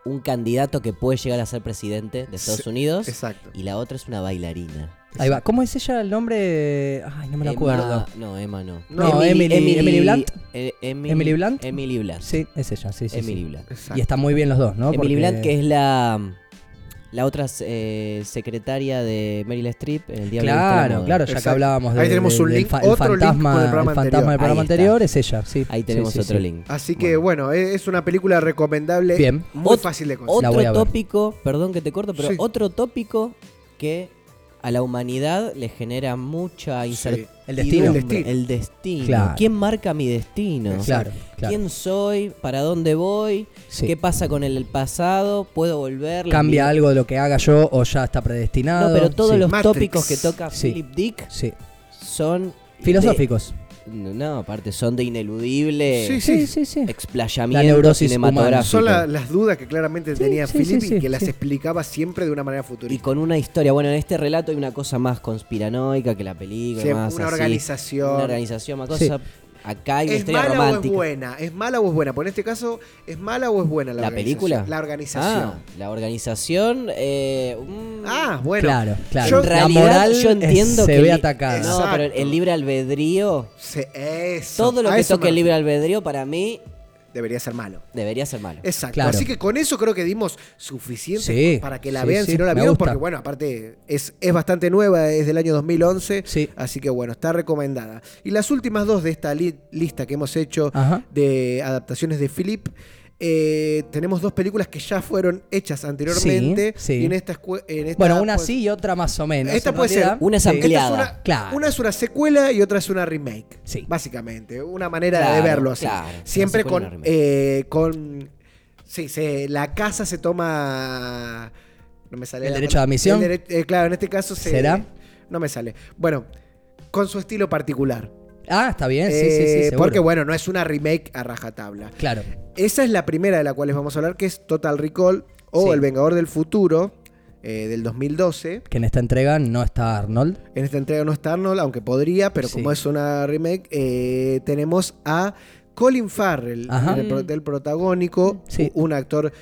un candidato que puede llegar a ser presidente de Estados Sí, Unidos Exacto. y la otra es una bailarina. Ahí va. ¿Cómo es ella el nombre? Ay, no me lo Emma- acuerdo. No, Emma no. No, Emily- Emily Blunt. eh, Emily, Emily Blunt. Emily Blunt. Sí, es ella, sí, sí. Emily sí. Blunt. Exacto. Y está muy bien los dos, ¿no? Porque- Emily Blunt, que es la, la otra eh, secretaria de Meryl Streep en el Diablo Viste la Claro, Moda. claro, ya que Exacto. hablábamos de, Ahí tenemos de- un del link, fa- otro link fantasma, con el programa fantasma del anterior. programa Ahí está. anterior, es ella, sí. Ahí Sí, tenemos sí, Ah, otro sí. link. Así que bueno, e- es una película recomendable. Bien. Muy Ot- fácil de conseguir. La voy a Otro ver. tópico, perdón que te corto, pero Sí. otro tópico que a la humanidad le genera mucha incertidumbre. El destino. El destino. El destino. Claro. ¿Quién marca mi destino? Claro, claro. ¿Quién soy? ¿Para dónde voy? Sí. ¿Qué pasa con el pasado? ¿Puedo volver? ¿Cambia La- algo de lo que haga yo o ya está predestinado? No, pero todos Sí, los Matrix. tópicos que toca Sí. Philip Dick Sí. son... de- Filosóficos. no, aparte son de ineludible Sí, Sí, sí, sí. explayamiento La neurosis cinematográfico. Son la- las dudas que claramente tenía sí, Philip sí, sí, y que las sí. explicaba siempre de una manera Y futurista. con una historia. Bueno, en este relato hay una cosa más conspiranoica que la película. Sí, más una así. organización. Una organización, más Sí. cosa. Acá hay una ¿Es historia mala o romántica. es buena? ¿Es mala o es buena? Porque en este caso, ¿es mala o es buena la, ¿La organización? película? La Ah, organización. la organización. eh, mm, Ah, bueno. claro, claro. yo- en La realidad, moral yo es- entiendo se que. ve li- atacada. No, pero el- Exacto. el libre albedrío. Se- eso. Todo lo A que eso toque me- el libre albedrío para mí Debería ser malo. debería ser malo. Exacto. Claro. Así que con eso creo que dimos suficiente Sí, para que la sí, vean sí, si no la me vieron, gusta. porque bueno, aparte es, es bastante nueva, es del año 2011. Sí. Así que bueno, está recomendada. Y las últimas dos de esta li- lista que hemos hecho Ajá. de adaptaciones de Philip. eh, tenemos dos películas que ya fueron hechas anteriormente. sí. Y en esta, escu- en esta, Bueno, una pues, sí y otra más o menos. Esta en puede ser realidad. una Esta Sí. es ampliada. una, Claro. una es una secuela y otra es una remake. Sí. Básicamente. Una manera de Claro, verlo así. claro. Siempre Una secuela y con. una eh, con sí, se- la casa se toma. No me sale. ¿El la derecho de palabra. admisión? El dere- eh, claro, en este caso se. ¿Será? No me sale. Bueno, con su estilo particular. Ah, está bien, sí, sí, sí. Eh, seguro. porque, bueno, no es una remake a rajatabla. Claro. Esa es la primera de la cual les vamos a hablar, que es Total Recall o Sí. El Vengador del Futuro eh, del 2012. Que en esta entrega no está Arnold. En esta entrega no está Arnold, aunque podría, pero como Sí. es una remake, eh, tenemos a Colin Farrell, Ajá. Mm. el, pro- del protagónico, Sí. u- un actor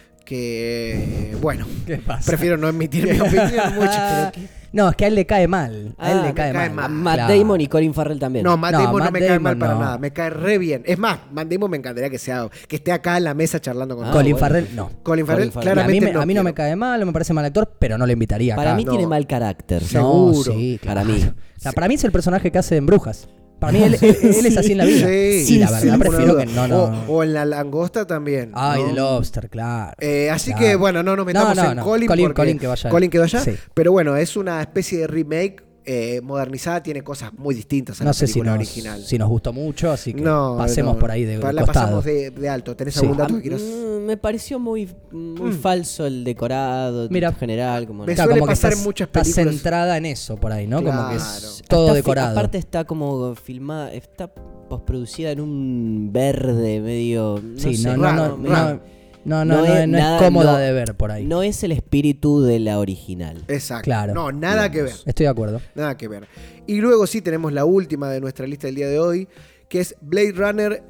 que, eh, bueno, [laughs] ¿Qué pasa? prefiero no emitir mi [laughs] opinión mucho. Ah, no, es que a él le cae mal. A él Ah, le me cae, cae mal. mal. Matt Claro. Damon y Colin Farrell también. No, Matt No, Damon no Matt me cae mal Damon para no. nada, me cae re bien. Es más, Matt Damon me encantaría que sea que esté acá en la mesa charlando con Ah, Colin bueno. Farrell, no. Colin Farrell, Colin Farrell. Y a mí, claramente me- a mí no me quiero. cae mal, no me parece mal actor, pero no lo invitaría para acá. mí no. tiene mal carácter. No, Seguro. sí, Para claro. mí. O sea, para mí es el personaje que hace en Brujas. Para [laughs] mí él, él- él es así en la vida. Sí, sin la verdad, ninguna prefiero duda. que no, no. O, o en la langosta también. Ay, ¿no? The Lobster, claro. Eh, así Claro. que bueno, no nos metamos No, no, en no. Colin. Colin- porque Colin que vaya. Colin quedó allá. Sí. Pero bueno, es una especie de remake eh, modernizada, tiene cosas muy distintas a no la sé si película nos, original. si nos gustó mucho, así que no, pasemos no. por ahí de, de Pa- La costado. pasamos de, de alto. ¿Tenés Sí. algún Ah, dato que quieras? mm, me pareció muy, muy falso el decorado Mm. Mira. en general. Como Me Claro, suele como que pasar estás- en muchas estás películas. centrada en eso por ahí, ¿no? Como que es Claro. todo Está fi- decorado. Aparte está como filmada, está postproducida en un verde medio. No sí, sé, no, no, raro, no, no, raro. no, no, no es, no es nada- cómoda no- de ver por ahí. No es el espíritu de la original. Eh, Exacto. Claro. No, nada que ver. Estoy de acuerdo. Nada que ver. Y luego sí tenemos la última de nuestra lista del día de hoy, que es Blade Runner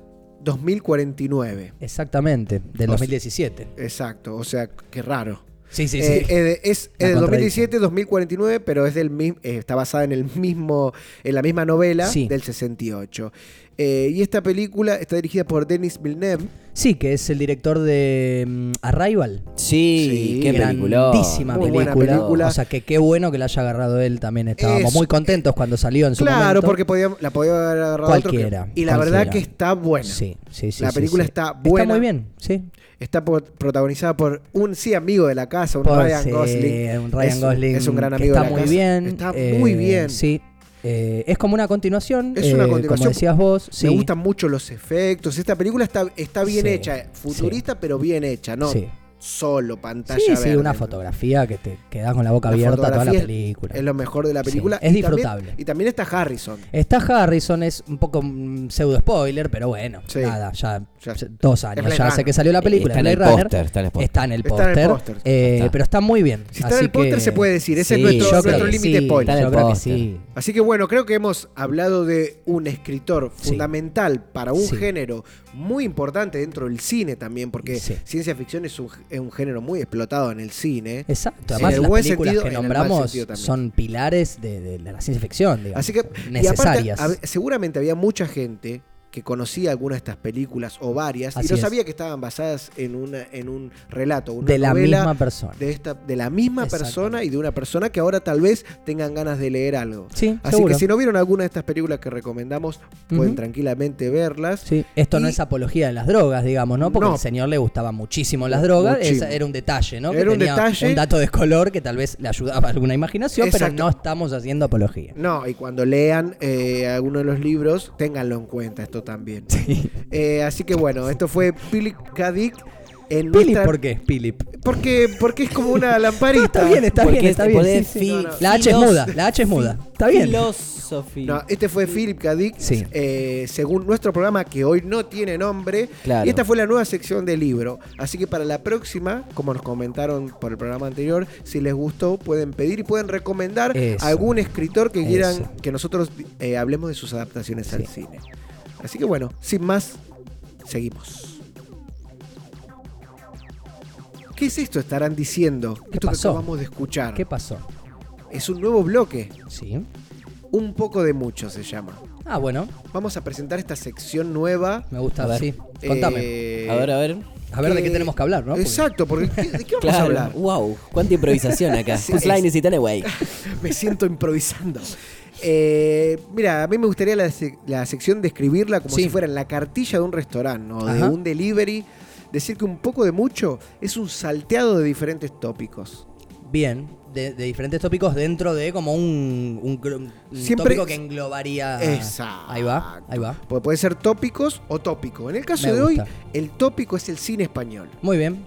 2049. Exactamente, del O sea- 2017. Exacto. O sea, qué raro. Sí, sí, sí. Eh, es de- es La es del contradicción. 2017, 2049, pero es del mi- eh, está basada en el mismo, en la misma novela Sí. del 68. Eh, y esta película está dirigida por Denis Villeneuve. sí, que es el director de mm, Arrival. Sí, Sí, qué película. Grandísima Muy película. buena película. O sea, que qué bueno que la haya agarrado él también. Estábamos Es- muy contentos cuando salió en su Claro, momento. porque podía- la podía haber agarrado Cualquiera, otro. que- y la cualquiera. verdad que está buena. Sí, sí, sí. La sí, película sí. está buena. Está muy bien, sí. Está por- protagonizada por un sí amigo de la casa, un Por Ryan ser Gosling. un Ryan es, un- Gosling Es un gran que amigo está de la muy casa. bien. Está eh, muy bien. Sí. Eh, es como una continuación. Es una eh, Como continuación. decías vos. sí. Me gustan mucho los efectos. Esta película está, está bien Sí, hecha, eh, futurista, pero bien hecha, ¿no? Sí. Solo pantalla Sí, sí, verde. una fotografía que te quedas con la boca La abierta toda la fotografía es- película. Es lo mejor de la Sí, película. es Y también- disfrutable. y también está Harrison. Está Harrison, es un poco mm, pseudo spoiler, pero bueno, Sí. nada, ya, Ya- ya- dos Es años, Blade ya sé Runner. que salió la película, Eh, Está en Blade el Runner, póster, está en el póster. está en el Está en el póster, póster, eh, está. pero está muy bien. Si está en así el póster que- se puede decir, ese Sí, es nuestro yo nuestro creo que límite sí, spoiler. Está en el Yo creo que póster. sí. Así que bueno, creo que hemos hablado de un escritor Sí. fundamental para un Sí. género muy importante dentro del cine también, porque Sí. ciencia ficción es un, es un género muy explotado en el cine. Exacto, Sí, además en el las buen películas sentido, que en el mal nombramos sentido también. son pilares de, de la ciencia ficción, digamos, Así que y aparte, necesarias. hab- seguramente había mucha gente que conocía alguna de estas películas o varias Así y no es. sabía que estaban basadas en una en un relato, una de la novela misma persona. de esta de la misma persona Exactamente. y de una persona que ahora tal vez tengan ganas de leer algo. Sí, Así seguro. que si no vieron alguna de estas películas que recomendamos, pueden Ujú. tranquilamente verlas. Sí, Esto no Y- es apología de las drogas, digamos, ¿no? Porque No. al señor le gustaba muchísimo las drogas. Muchísimo. esa era un detalle, ¿no? Que Era un tenía detalle. Un dato de color que tal vez le ayudaba a alguna imaginación, Exacto. pero no estamos haciendo apología. No, y cuando lean eh, alguno de los libros, ténganlo en cuenta esto también. Eh, así que bueno, esto fue Philip K. Dick en Pilip, nuestra- ¿por qué? Pilip. Porque, porque es como una [laughs] No, lamparita. está bien, está Porque bien, está bien. podés sí, sí. fi- No, no. La H es filos- muda, la H es muda. Está bien. Filosofía. No, este fue Philip K. Dick, Sí. eh, según nuestro programa que hoy no tiene nombre. Claro. Y esta fue la nueva sección del libro. Así que para la próxima, como nos comentaron por el programa anterior, si les gustó pueden pedir y pueden recomendar Eso. algún escritor que quieran Eso. que nosotros eh, hablemos de sus adaptaciones al Sí. cine. Así que bueno, sin más, seguimos. ¿Qué es esto? Estarán diciendo. ¿Qué esto pasó? que acabamos de escuchar. ¿Qué pasó? Es un nuevo bloque. Sí. Un poco de mucho se llama. Ah, bueno, Vamos a presentar esta sección nueva. me gusta. A ver. Sí. Contame. Eh, a ver, a ver. a ver de qué que- tenemos que hablar, ¿no? Porque- Exacto, porque ¿qué- ¿de qué vamos [laughs] a Claro. hablar? Uh, Wow, cuánta improvisación acá. Sí, Whose line is it anyway? Me siento improvisando. Eh, mira, a mí me gustaría la, sec- la sección describirla como Sí. si fuera en la cartilla de un restaurante o de Ajá. un delivery. Decir que un poco de mucho es un salteado de diferentes tópicos. Bien, de, de diferentes tópicos dentro de como un, un, gro- un Siempre- tópico que englobaría. Exacto. Ahí va, ahí va. Porque puede ser tópicos o tópico. En el caso Me de gusta. hoy, el tópico es el cine español. Muy bien.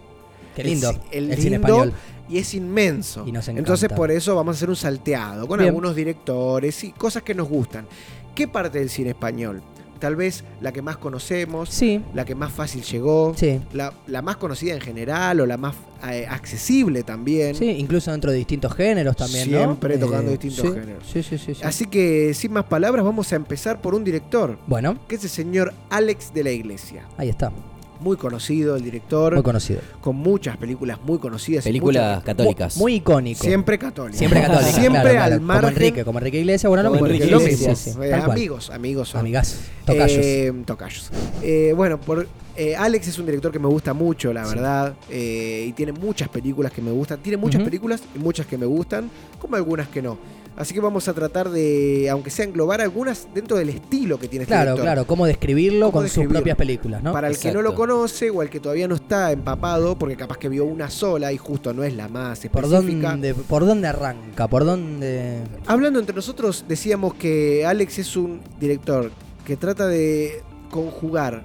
Qué El lindo. ci- El, El, lindo cine español. Y es inmenso. Y nos encanta. Entonces, por eso vamos a hacer un salteado con Bien. algunos directores y cosas que nos gustan. ¿Qué parte del cine español? Tal vez la que más conocemos, Sí, la que más fácil llegó, sí. la, la más conocida en general o la más eh, accesible también. Sí, incluso dentro de distintos géneros también, ¿no? Eh, Siempre tocando distintos sí, géneros. Sí, sí, sí. sí. Así que, sin más palabras, vamos a empezar por un director, Bueno, que es el señor Alex de la Iglesia. ahí está. Muy conocido el director, Muy conocido. con muchas películas muy conocidas. y Películas muchas- católicas. Muy, muy icónico. Siempre católico. [laughs] Siempre católico. Siempre claro, claro. al margen. Como Enrique, como Enrique Iglesias, bueno, no, Como como Porque Enrique Enrique lo Iglesias. mismo, Sí, sí, eh, tal cual. amigos, amigos son. Amigas, tocayos. Eh, tocayos. Eh, bueno, por, eh, Alex es un director que me gusta mucho, la Sí. verdad. eh, y tiene muchas películas que me gustan. Tiene muchas Ujú. películas y muchas que me gustan, como algunas que no. Así que vamos a tratar de, aunque sea englobar algunas dentro del estilo que tiene este claro, director. claro. Cómo describirlo Cómo con describirlo. sus propias películas, ¿no? Para el que no lo Exacto. conoce o al que todavía no está empapado, porque capaz que vio una sola y justo no es la más ¿Por específica. dónde, ¿Por dónde arranca? ¿Por dónde...? Hablando entre nosotros, decíamos que Alex es un director que trata de conjugar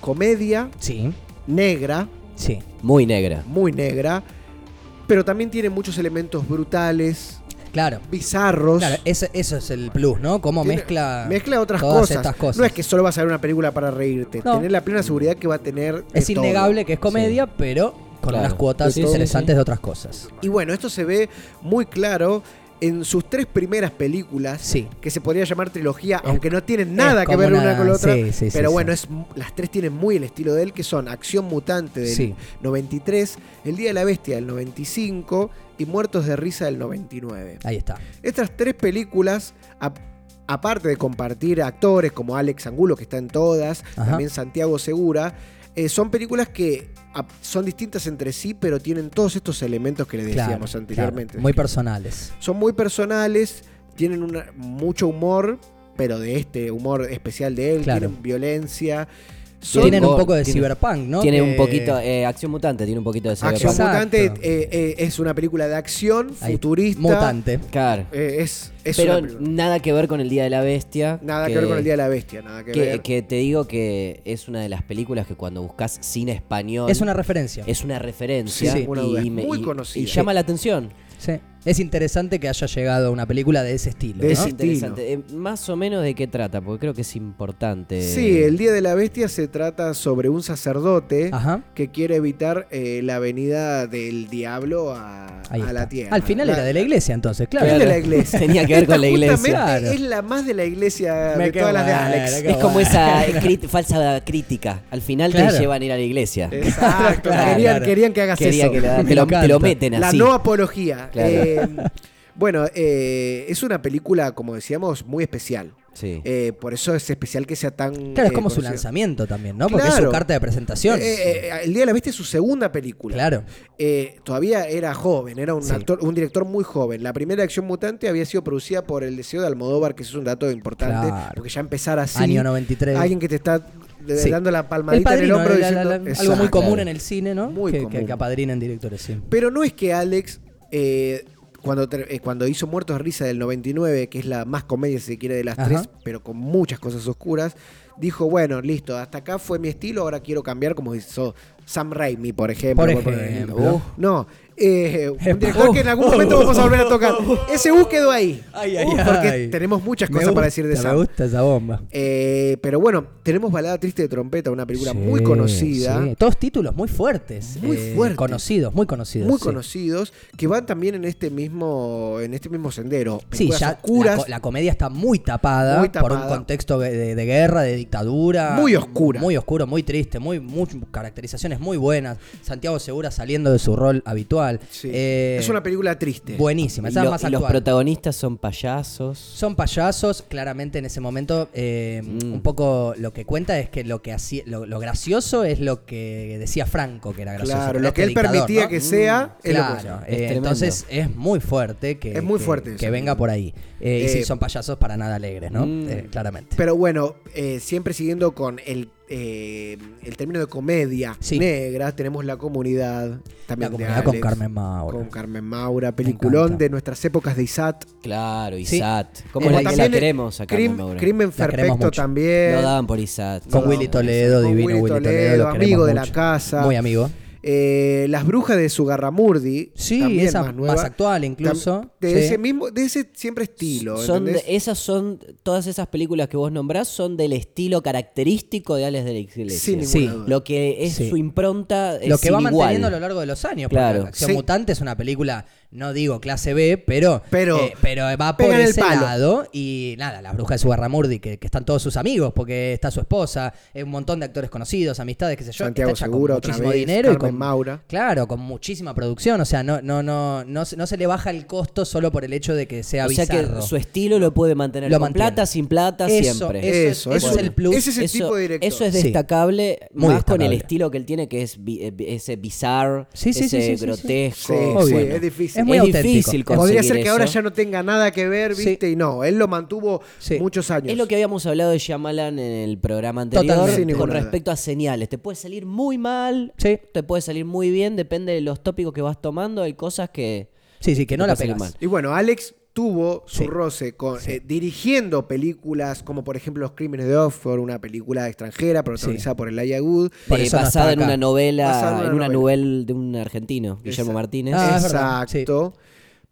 comedia Sí, negra, sí. Muy negra. muy negra, pero también tiene muchos elementos brutales, Claro. bizarros. Claro, ese- eso es el plus, ¿no? Cómo Tiene- mezcla... Mezcla otras todas cosas. estas cosas. No es que solo vas a ver una película para reírte. No. Tener la plena seguridad que va a tener. de Es todo. innegable que es comedia, pero con Claro. unas cuotas Sí, sí, interesantes sí. de otras cosas. Y bueno, esto se ve muy claro en sus tres primeras películas. Sí. Que se podría llamar trilogía, Es- aunque no tienen nada que como ver una una- con la otra. sí, sí, sí, pero sí. bueno, es mu- las tres tienen muy el estilo de él, que son Acción Mutante del Sí. 93, El Día de la Bestia del 95 y Muertos de Risa del 99. Ahí está. Estas tres películas, a- aparte de compartir actores como Alex Angulo, que está en todas, Ajá. también Santiago Segura, eh, son películas que a- son distintas entre sí, pero tienen todos estos elementos que le Claro, decíamos claro. anteriormente. Muy personales. son muy personales, tienen una- mucho humor, pero de este humor especial de él, Claro. tienen violencia. Son- Tienen un gore, poco de tiene- cyberpunk, ¿no? Tiene un Que- poquito. eh, Acción Mutante tiene un poquito de cyberpunk. Acción Exacto. Mutante eh, eh, es una película de acción Ahí, futurista. Mutante. Claro. Eh, es es Pero una película. nada que ver con el Día de la Bestia. Nada que, ver con el Día de la Bestia, nada que, que, ver. que te digo que es una de las películas que cuando buscas cine español Es una referencia. es una referencia Sí, y, ninguna duda. Es me- muy y- conocida. y llama la atención. Sí. Es interesante que haya llegado una película de ese estilo. De ¿no? Es ese- interesante. Eh, más o menos de qué trata, porque creo que es eh, importante. Sí, el Día de la Bestia se trata sobre un sacerdote Ajá. que quiere evitar eh, la venida del diablo a, a Ahí está. la tierra. Al final era de la iglesia, entonces, claro. Es de la iglesia. [laughs] Tenía que ver Esta con la iglesia. justamente Claro. Es la más de la iglesia Me de quedo todas las de mal, Alex. me Es [laughs] como esa crit- falsa crítica. Al final Claro. te llevan a ir a la iglesia. Exacto, Claro, querían, claro. querían que hagas Quería eso. [laughs] que la- Me te, lo, te lo encanta. meten La así. no apología. Claro. Eh, bueno, eh, es una película, como decíamos, muy especial. Sí. Eh, por eso es especial que sea tan. Claro, eh, es como su conocida. lanzamiento también, ¿no? Porque es Claro. su carta de presentación. Eh, eh, el Día de la Bestia es su segunda película. claro. Eh, todavía era joven, era un, Sí. actor, un director muy joven. La primera acción mutante había sido producida por El Deseo de Almodóvar, que eso es un dato importante, Claro. porque ya empezar así, Año 93. alguien que te está de- Sí. dando la El palmadita en el padrino, hombro la- la- diciendo, la- algo muy "Exacto". común Claro. en el cine, ¿no? Muy que, que- común. que apadrinan directores, sí. Pero no es que Alex, eh, cuando, ter- eh, cuando hizo Muertos de Risa del 99, que es la más comedia, si se quiere, de las Ajá. tres, pero con muchas cosas oscuras, dijo, bueno, listo, hasta acá fue mi estilo, ahora quiero cambiar como hizo Sam Raimi, por ejemplo. Por poner- ejemplo. Uh, no, [laughs] eh, un director Uh. que en algún momento vamos a volver a [laughs] tocar. Ese U quedó ahí. Ay, ay, Uh, ay. Porque tenemos muchas Me cosas para decir de gusta, Sam. Me gusta esa bomba. Eh, pero bueno, tenemos Balada Triste de Trompeta, una película muy Sí, conocida. sí. Todos títulos muy fuertes. Muy eh, fuertes. Conocidos, muy conocidos. muy sí. conocidos que van también en este mismo en este mismo sendero Sí, Películas ya oscuras La, co- la comedia está muy tapada, Muy por un tapada. contexto de, de- de guerra, de dictadura. Muy oscura. Muy oscuro, muy triste, muy, muy- caracterizaciones muy buenas. Santiago Segura saliendo de su rol habitual. Sí. Eh, es una película triste buenísima, Y esa es lo- más y los actual. protagonistas son payasos. Son payasos, claramente en ese momento eh, Mm. un poco lo que cuenta es que lo que hacía, lo, lo gracioso es lo que decía Franco que era gracioso. claro era lo este que él dictador, permitía ¿no? Mm. que sea es lo que Claro, es. eh, Es entonces es muy fuerte que, Es muy que- fuerte que eso. venga por ahí. Eh, y Eh, sí, son payasos para nada alegres, ¿no? Mm. Eh, claramente. pero bueno eh, siempre siguiendo con el eh, el término de comedia Sí. negra tenemos la comunidad La también de comunidad con Alex, Carmen Maura. con Carmen Maura peliculón encanta. de nuestras épocas de Isat Claro, Sí. Eh, Isat. Como ¿Cómo la, la también el queremos acá? Crim- Mauro? crimen La queremos perfecto mucho. también Lo daban por Isat. eh, con no, Willy no, Toledo, con divino Willy Willy Toledo. Toledo, lo queremos amigo de la mucho. casa. Muy amigo. Eh, las brujas de Sugarramurdi Sí, también esa más más, nueva actual incluso. Tam- De Sí. ese mismo, de ese siempre estilo. Son de- ¿entendés? esas son, todas esas películas que vos nombrás son del estilo característico de Alex de la Iglesia. Sin ninguna sí, duda. Lo que es Sí. su impronta es lo que va eh, sin manteniendo a igual. lo largo de los años. Claro. Porque Acción Sí. Mutante es una película, no digo clase B, pero, Pero- eh, pero va por pegan el ese palo. lado. Y nada, las brujas de Sugarramurdi, que, que están todos sus amigos, porque está su esposa, eh, un montón de actores conocidos, amistades, qué sé yo. Santiago está hecha Segura con otra muchísimo vez, dinero y Carmen con, Maura. Claro, con muchísima producción. O sea, no, no, no, no, se- no se le baja el costo solo por el hecho de que sea O sea bizarro. que su estilo lo puede mantener Lo con mantiene. plata, sin plata, Eso, siempre. eso es- Eso, eso eso. es el plus. Ese es el Eso- tipo de director. Eso es Sí. destacable, Muy más con el destacable. estilo que él tiene, que es bi- eh, bi- ese bizarro, Sí, sí, sí, ese sí, sí, sí. Sí, grotesco. sí, Obvio. es difícil. Es muy es auténtico. difícil conseguir Podría ser que eso. ahora ya no tenga nada que ver, Sí. ¿viste? Y no, él lo mantuvo Sí. muchos años. Es lo que habíamos hablado de Shyamalan en el programa anterior Totalmente. Sin con ninguna duda. respecto a señales. Te puede salir muy mal, Sí. te puede salir muy bien, depende de los tópicos que vas tomando. Hay cosas que. Sí, sí, que no te la puede salir pegas. Y bueno, Alex tuvo su Sí. roce con, eh, dirigiendo películas como por ejemplo Los Crímenes de Oxford, una película extranjera protagonizada por Elia Wood. Por Eh, eso no basada está en acá. una novela, Basada en en una una novela de un argentino, Guillermo Exacto. Martínez. Ah, es verdad, sí. Exacto.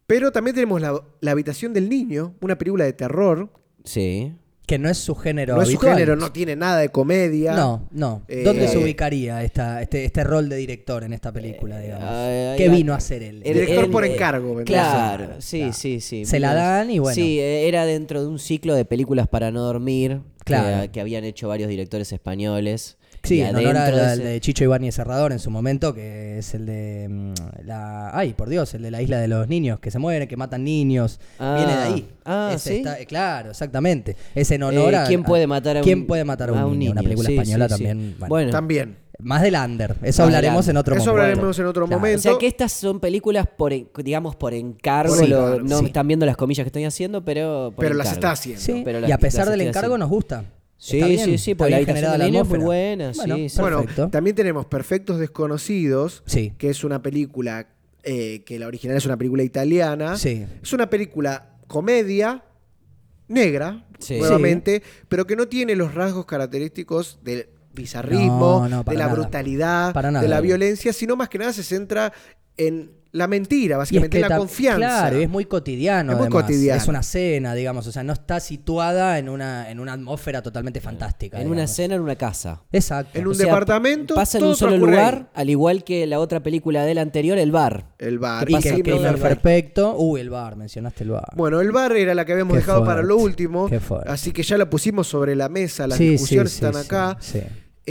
Pero también tenemos la, La habitación del niño, una película de terror. Sí. Que no es su género no es su habitual. género, no tiene nada de comedia. No, no. Eh, ¿Dónde se claro. ubicaría esta, este, este rol de director en esta película, digamos? eh, ay, ay, ¿Qué ay. vino a hacer él? El director Él, por eh, encargo, vendría a ser. Claro, sí, Claro. sí, sí. Se la dan y bueno. Sí, eh, era dentro de un ciclo de películas para no dormir que- Claro. que, habían hecho varios directores españoles. Sí, Y en honor al adentro al ese- de, Chicho Iván y Serrador en su momento, que es el de mm, la... Ay, por Dios, el de la isla de los niños, que se mueren, que matan niños. Ah, Viene de ahí. ah, Es ¿sí? esta- eh, claro, exactamente. Es en honor Eh, a... ¿Quién puede matar a un, ¿Quién puede matar a un, niño? Una película Sí, española sí, sí. también. Bueno, Bueno. También. Más del under. Eso Más hablaremos del under. en otro Eso momento. hablaremos en otro Claro. O sea momento. que estas son películas por en- digamos por encargo, Por lo- encargo, no sí. están viendo las comillas que estoy haciendo, pero por pero las encargo. está haciendo. Sí, Pero y las- a pesar las del estoy encargo haciendo. nos gusta. Sí, Está bien, sí, sí, está porque la bien habitación generada de la Lino es muy atmósfera. buena, Bueno, sí, sí. Bueno, Perfecto. también tenemos Perfectos Desconocidos, Sí. que es una película, eh, que la original es una película italiana. Sí. Es una película comedia negra, Sí. nuevamente, pero que no tiene los rasgos característicos del bizarrismo, No, no, para de la nada. brutalidad, Para nada. de la violencia, sino más que nada se centra en la mentira, Y es básicamente, que en la tam- confianza. Claro, y es muy cotidiano. Es muy además. cotidiano. Es una cena, digamos. O sea, no está situada en una, en una atmósfera totalmente fantástica. En una digamos. cena, en una casa. Exacto. en un O sea, departamento. Pasa en todo un solo transcurre lugar, ahí. al igual que la otra película del anterior, El Bar. El bar. Que y pasa que pasa ahí, el primero pero- crimen del bar. perfecto. Uh, el bar, mencionaste el bar. Bueno, el bar era la que habíamos Qué dejado para lo fuerte, último. qué fuerte. Así que ya la pusimos sobre la mesa, las Sí, discusiones sí, sí, están sí, acá. sí.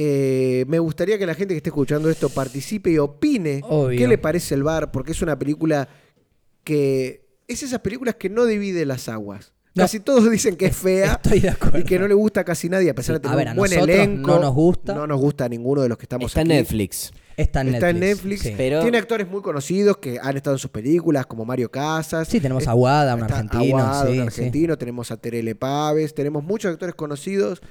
Eh, me gustaría que la gente que esté escuchando esto participe y opine Obvio. qué le parece el bar, porque es una película que es esas películas que no divide las aguas. No. Casi todos dicen que es fea Estoy de acuerdo. y que no le gusta a casi nadie, a pesar de tener Sí, a ver, un a buen nosotros elenco. no nos gusta. No nos gusta a ninguno de los que estamos Está en aquí. Netflix. Está en Está en Netflix. Netflix. sí. Pero Tiene actores muy conocidos que han estado en sus películas, como Mario Casas. Sí, tenemos Está- a Aguada, un Está argentino. Aguado, sí, un sí. argentino, tenemos a Terele Paves, tenemos muchos actores conocidos,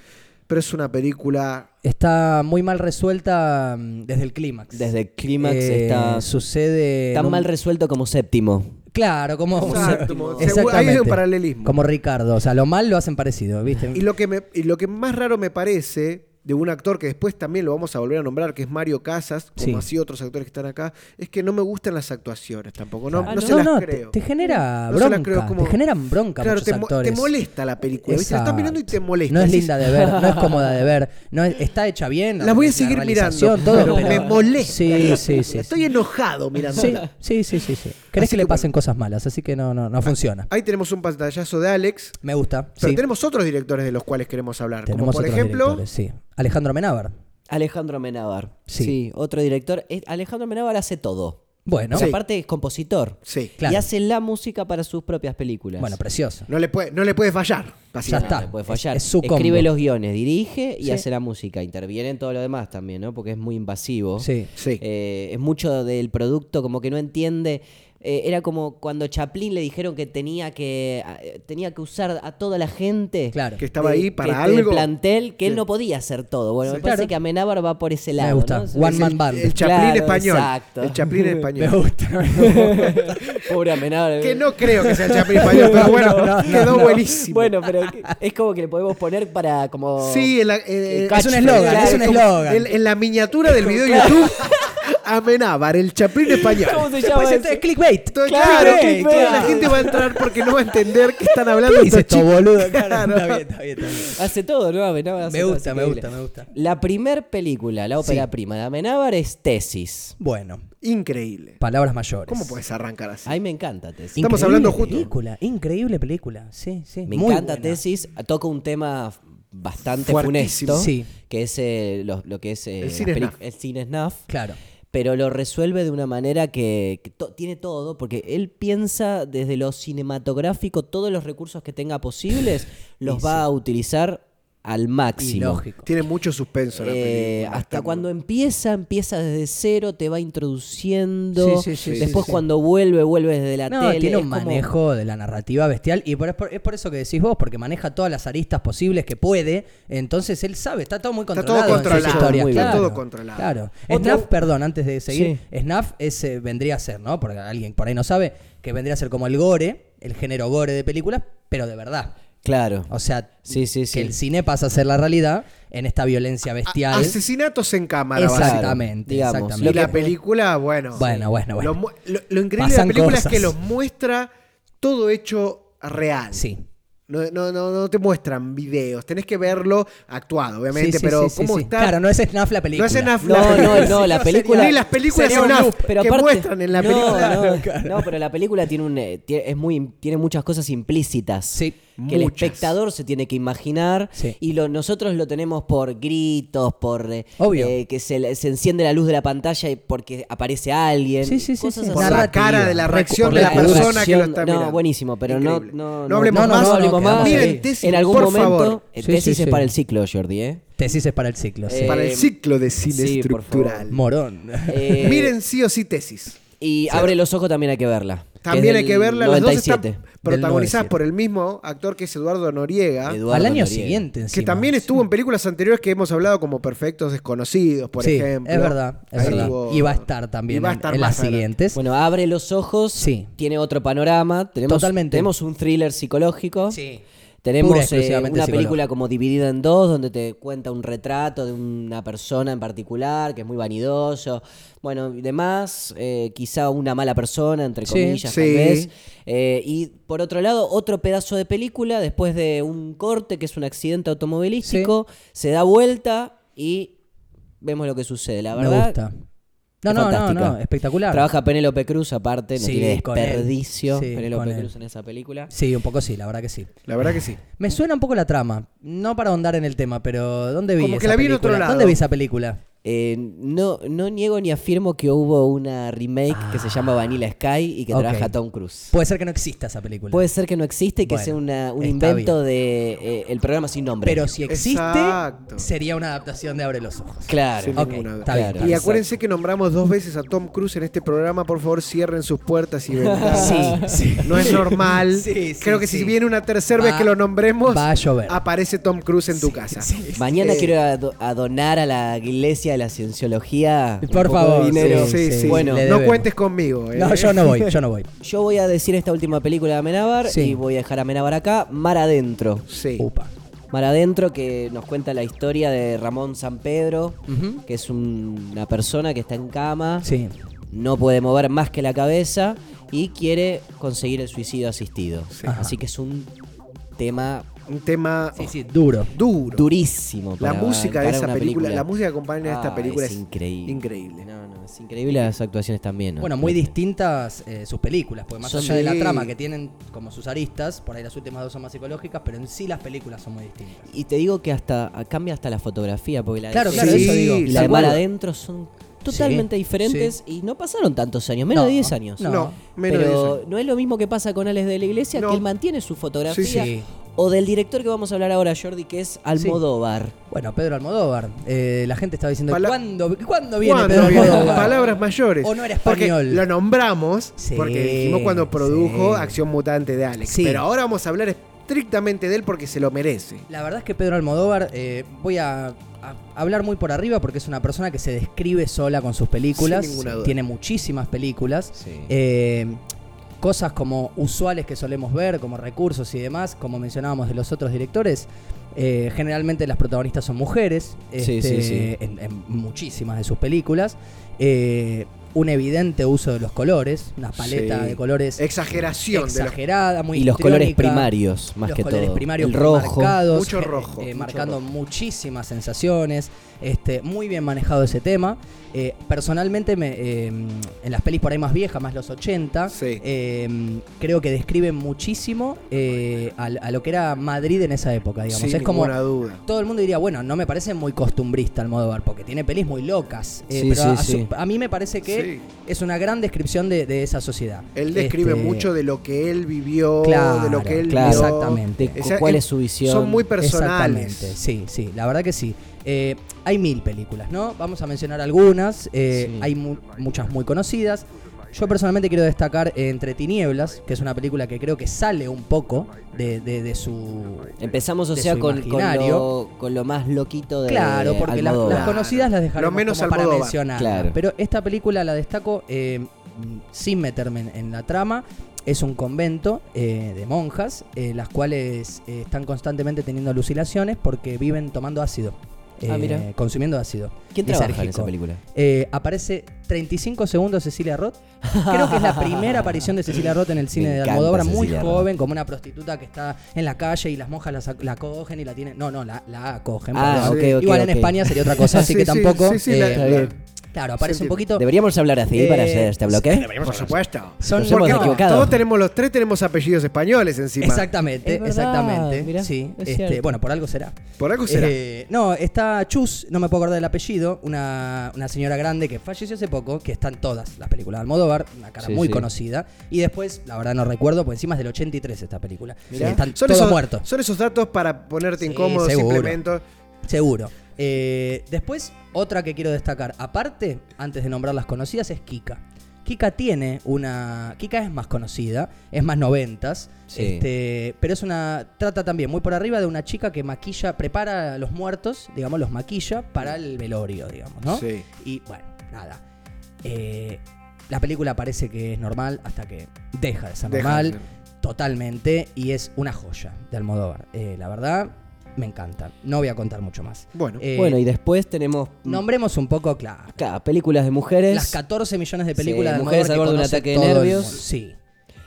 pero es una película Está muy mal resuelta mm, desde el clímax. desde el Clímax Eh, está Sucede. en tan un- mal resuelto como séptimo. Claro, como. Como séptimo. Seguro- Exactamente. ahí hay un paralelismo. Como Ricardo. O sea, lo mal lo hacen parecido, ¿viste? Y lo, que me- y lo que más raro me parece de un actor que después también lo vamos a volver a nombrar, que es Mario Casas, como Sí. así otros actores que están acá, es que no me gustan las actuaciones tampoco. No, no, Ah, no. se las te- creo. Te, genera No se las bronca. creo como- Te generan bronca claro, muchos te, mo- te actores. molesta la película. ¿viste? La estás Exacto. mirando y te molesta. No es Decís, linda de ver, no es cómoda de ver. No es- está hecha bien. La voy a la seguir mirando, realización, todo, pero me molesta. Sí, sí, sí. Estoy enojado mirando. Sí, sí, sí, sí, sí. Crees Así que le que bueno. pasen cosas malas, así que no, no, no funciona. Ahí tenemos un pantallazo de Alex, Me gusta. pero sí. tenemos otros directores de los cuales queremos hablar. Tenemos como por otros ejemplo, directores, sí. Alejandro Menábar. Alejandro Menábar. Sí. Sí. otro director. Eh, Alejandro Menábar hace todo. Bueno, O sea, Sí. aparte es compositor. sí, Claro. Y hace la música para sus propias películas. bueno, precioso. no le, puede, no le puedes fallar. Ya básicamente. está. puede fallar. Es, es su combo. Escribe los guiones, dirige y Sí. hace la música. Interviene en todo lo demás también, ¿no? Porque es muy invasivo. Sí. Sí. Eh, es mucho del producto, como que no entiende. Eh, era como cuando Chaplin le dijeron que tenía que, a- eh, tenía que usar a toda la gente. Claro. que estaba de- ahí que- para del algo. plantel que él Sí. no podía hacer todo. Bueno, me Sí. parece Claro. que Amenábar va por ese lado. Me gusta. ¿no? One Es Man el- Band. El Chaplín Claro, español. exacto. El Chaplín [laughs] Me español. gusta. me gusta. [laughs] Pobre Amenábar. que no creo que sea el Chaplín español, pero bueno, [laughs] No, no, no, quedó no. buenísimo. Bueno, pero que- es como que le podemos poner para como. sí, en la- eh, Es eh, un eslogan, eh, es un como- eslogan. En, en la miniatura del video de YouTube, [laughs] Amenábar, el Chaplín español. ¿Cómo se llama? [laughs] Después ese? esto es clickbait. Entonces, Claro, que claro. la gente va a entrar porque no va a entender que están hablando ¿Qué dice estos esto, chicos. boludo? [laughs] Claro, Claro. Está bien, está bien, está [laughs] bien. Hace todo, ¿no? Amenábar hace Me todo, gusta, es me increíble. gusta, me gusta. La primer película, la ópera Sí. prima de Amenábar es Tesis. Bueno, Increíble. palabras mayores. ¿Cómo puedes arrancar así? Ay, me encanta Tesis. Estamos Increíble hablando justo. Película, increíble película. Sí, sí. Me muy encanta buena. Tesis. Toca un tema bastante Fuertísimo. funesto, Sí. que es eh, lo, lo que es eh, El cine las pelic- snuff. el cine snuff. Claro. pero lo resuelve de una manera que, que to- tiene todo, porque él piensa desde lo cinematográfico, todos los recursos que tenga [laughs] posibles los Y va sí. a utilizar al Y máximo. lógico. Tiene mucho suspenso la Eh, película. hasta Está cuando muy- empieza, empieza desde cero, te va introduciendo. Sí, sí, sí, Después sí, sí. cuando vuelve, vuelve desde la No, tele. tiene es un como- manejo de la narrativa bestial y por- es, por, es por eso que decís vos, porque maneja todas las aristas posibles que puede, entonces él sabe, está todo muy Está controlado. todo en sus controlado, historias, muy bien. claro, Está todo controlado. Claro. Otro- Snaf, perdón, antes de seguir, Snaf es, eh, vendría a ser, ¿no? Porque alguien por ahí no sabe, que vendría a ser como el gore, el género gore de películas, pero de verdad. Claro. O sea, Sí, sí, sí. que el cine pasa a ser la realidad en esta violencia A- bestial. Asesinatos en cámara, básicamente. Exactamente, digamos, exactamente. Y la película, bueno. Bueno, bueno, bueno. Lo, mu- lo- lo increíble de Pasan la película cosas. es que los muestra todo hecho real. Sí. No, no, no, no te muestran videos. Tenés que verlo actuado, obviamente. Sí, sí, pero sí, sí, cómo sí. está. Claro, no es Snaf la película. No es Snaf No, la película. no, no, la película. Ni las películas Sería un FNAF loop, que muestran en la no, película. No, no, pero la película tiene, un, eh, tie- es muy, tiene muchas cosas implícitas. Sí. Que el Muchas. espectador se tiene que imaginar Sí. y lo, nosotros lo tenemos por gritos, por eh, Obvio. eh, que se, se enciende la luz de la pantalla y porque aparece alguien. Sí, sí, sí, cosas sí. así. Por la Narrativa. cara de la Recu- reacción por de la, la persona que lo reacción. está No, mirando. buenísimo, pero no- Increíble. no- no, no- hablemos no, no, más. no hablemos quedamos más. ahí. Miren, tesis, en algún por momento, favor. eh, Sí, tesis sí, sí. es para el ciclo, Jordi. ¿eh? Tesis es para el ciclo. sí. Eh, Para el ciclo de cine sí, por estructural. Morón. Eh, Miren sí o sí tesis. Y abre los ojos también hay que verla. que es También hay del que verla. Las dos 97. están protagonizadas 9-7. por el mismo actor que es Eduardo Noriega. Eduardo Al año Noriega. siguiente, encima. que también estuvo Sí. en películas anteriores que hemos hablado como Perfectos Desconocidos, por Sí, ejemplo. Es verdad, es Ahí verdad. estuvo- Y va a estar también Y va a en- estar en, las más adelante. siguientes. Bueno, abre los ojos. Sí. Tiene otro panorama. Tenemos, Totalmente. Tenemos un thriller psicológico. Sí. Pura y Tenemos eh, exclusivamente una psicológico. película como dividida en dos, donde te cuenta un retrato de una persona en particular, que es muy vanidoso, bueno, y demás, eh, quizá una mala persona, entre Sí. comillas, Sí. tal vez. Eh, y por otro lado, otro pedazo de película, después de un corte, que es un accidente automovilístico, se da vuelta y vemos lo que sucede. La Me verdad, gusta. No, es no, no, fantástica. no, espectacular. Trabaja Penélope Cruz aparte, no Sí, tiene con él. desperdicio Sí, con Penélope él. Cruz en esa película. Sí, un poco sí, la verdad que sí. La verdad que sí. Me suena un poco la trama, no para ahondar en el tema, pero ¿dónde vi Como esa que la vi en película? otro lado. ¿Dónde vi esa película? Eh, no, no niego ni afirmo que hubo una remake que se llama Vanilla Sky y que Ah, Ok. trabaja Tom Cruise. Puede ser que no exista esa película. Puede ser que no existe y que Bueno, sea una- un está invento de eh, el programa sin nombre. pero si existe, Exacto. sería una adaptación de Abre los Ojos. claro. Sin Ok, ninguna duda. está bien. Claro. Y acuérdense que nombramos dos veces a Tom Cruise en este programa. Por favor, cierren sus puertas [laughs] y ventanas. Sí, sí. No es normal. Sí, sí, Creo que sí. si viene una tercera vez Va- que lo nombremos, va a llover. aparece Tom Cruise en tu casa. Eh, Mañana Sí. quiero ir a, do- a donar a la iglesia de la cienciología. un Por poco de favor, dinero. sí, sí, sí. Bueno, Le no debemos. cuentes conmigo. eh. No, yo no voy, yo no voy. yo voy a decir esta última película de Amenábar Sí. y voy a dejar a Amenábar acá, Mar Adentro. [laughs] Sí. Upa. Mar Adentro, que nos cuenta la historia de Ramón San Pedro, Ujú. que es un- una persona que está en cama, Sí. no puede mover más que la cabeza y quiere conseguir el suicidio asistido. Sí. Ajá. Así que es un tema Un tema Sí, sí, duro. duro. durísimo. La para música de bancar esa una película, la música que acompaña a esta Ah, película es, increíble. increíble. No, no, es increíble las actuaciones también. ¿no? Bueno, muy distintas eh, sus películas, porque más Son- allá de la Sí. trama que tienen como sus aristas, por ahí las últimas dos son más psicológicas, pero en sí las películas son muy distintas. Y te digo que hasta ah, cambia hasta la fotografía, porque la de Claro, claro, Fede eso Sí, digo. y la de de Mar acuerdo. Adentro son totalmente Sí, diferentes y no pasaron tantos años, menos No, de 10 años. no. No, menos de pero eso. no es lo mismo que pasa con Alex de la Iglesia, No. que él mantiene su fotografía. Sí, sí. O del director que vamos a hablar ahora, Jordi, que es Almodóvar. Bueno, Pedro Almodóvar. eh, la gente estaba diciendo, Pala- ¿cuándo, ¿cuándo viene ¿Cuándo Pedro viene? Almodóvar? Palabras mayores. O no era Porque español. lo nombramos Sí, porque dijimos cuando produjo sí. Acción Mutante de Alex. Sí. Pero ahora vamos a hablar estrictamente de él porque se lo merece. La verdad es que Pedro Almodóvar, eh, voy a, a hablar muy por arriba porque es una persona que se describe sola con sus películas. Sin ninguna duda. Tiene muchísimas películas. Sí. Eh, cosas como usuales que solemos ver, como recursos y demás, como mencionábamos de los otros directores. eh, generalmente las protagonistas son mujeres, Sí, este, sí, sí. En, en muchísimas de sus películas. Eh, un evidente uso de los colores, una paleta Sí. de colores Exageración de los exagerada, muy y los colores histriónica primarios, más los que colores todo. primarios el rojo. marcados, Mucho eh, rojo, eh, mucho marcando rojo. muchísimas sensaciones. Este, muy bien manejado ese tema. Eh, personalmente, me, eh, en las pelis por ahí más viejas, más los 80, Sí. eh, creo que describen muchísimo eh, a, a lo que era Madrid en esa época, digamos. Sin es como. ninguna duda. Todo el mundo diría, bueno, no me parece muy costumbrista Almodóvar, porque tiene pelis muy locas. eh, Sí, pero sí, a, su- sí. a mí me parece que Sí. es una gran descripción de, de esa sociedad. Él describe Este, mucho de lo que él vivió, Claro, de lo que él claro. vio. Exactamente. De O sea, ¿Cuál él- es su visión? Son muy Exactamente, personales. sí, sí, la verdad que sí. Eh, hay mil películas, ¿no? Vamos a mencionar algunas, eh, Sí. hay mu- muchas muy conocidas. Yo personalmente quiero destacar eh, Entre Tinieblas, que es una película que creo que sale un poco de, de- de su... Empezamos, o de sea, su con, con, imaginario. lo, con lo más loquito de Claro, porque las, las Almodóvar. conocidas las dejaremos Lo menos como para Almodóvar. mencionar. Claro. Pero esta película la destaco eh, sin meterme en, en la trama. Es un convento eh, de monjas, eh, las cuales eh, están constantemente teniendo alucinaciones porque viven tomando ácido. Ah, eh, mira. Consumiendo ácido. ¿Quién trabaja en Lisérgico. esa película? Eh, aparece 35 segundos Cecilia Roth. Creo que es la primera aparición de Cecilia Roth [laughs] en el cine Me de encanta Almodóvar, muy Cecilia Roth. joven, como una prostituta que está en la calle y las monjas la, sac- la cogen y la tienen. No, no, la, la acogen. Ah, perdón. ok, ok. Igual ok. en España sería [laughs] otra cosa, Sí, así que sí, tampoco. sí, sí, la- Está eh, bien. Claro, aparece Sí, un sí. poquito. Deberíamos hablar así para Eh, hacer este bloque. Por supuesto. Son Nos Porque hemos equivocado. todos tenemos los tres tenemos apellidos españoles encima. Exactamente, Es verdad, exactamente. mirá, sí, es este, cierto. bueno, por algo será. Por algo será. Eh, no, está Chus, no me puedo acordar del apellido, una, una señora grande que falleció hace poco, que están todas las películas de Almodóvar, una cara Sí, muy sí. conocida. Y después, la verdad no recuerdo, por encima es del 83 esta película. Mirá. Están todos esos, muertos. Son esos datos para ponerte Sí, incómodo, seguro. simplemente. Seguro. Eh, después, otra que quiero destacar, aparte, antes de nombrar las conocidas, es Kika. Kika tiene una. Kika es más conocida, es más noventas. Sí. Este, pero es una. Trata también muy por arriba de una chica que maquilla, prepara a los muertos, digamos, los maquilla para el velorio, digamos, ¿no? Sí. Y bueno, nada. Eh, la película parece que es normal hasta que deja de ser Deja normal de ser. totalmente y es una joya de Almodóvar. Eh, la verdad, me encanta. No voy a contar mucho más. Bueno, Eh, bueno, y después tenemos mm, nombremos un poco, claro. acá, películas de mujeres. Las 14 millones de películas Sí, de Mujeres al Almodóvar borde de un que conoce ataque de todo el nervios. mundo. Sí.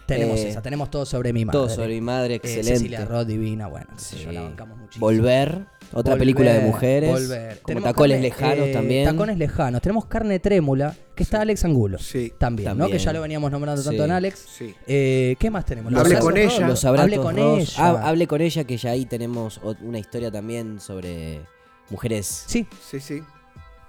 Tenemos Eh, esa, tenemos todo sobre mi madre. Todo sobre mi madre, Eh, excelente. Cecilia Roth, divina, bueno, qué sé Sí. yo, la bancamos muchísimo. Volver, otra Volver, película de mujeres. Volver. Como Tenemos tacones carne- lejanos eh, también. Tacones lejanos. Tenemos Carne Trémula, que está Alex Angulo. sí, También, ¿no? También. Que ya lo veníamos nombrando tanto Sí. en Alex. sí. Eh, ¿Qué más tenemos? Hable abrazos con abrazos ella. Ross. Los abratos Hable con Ross. ella. Ha- hable con ella, que ya ahí tenemos ot- una historia también sobre mujeres. Sí, Sí, sí.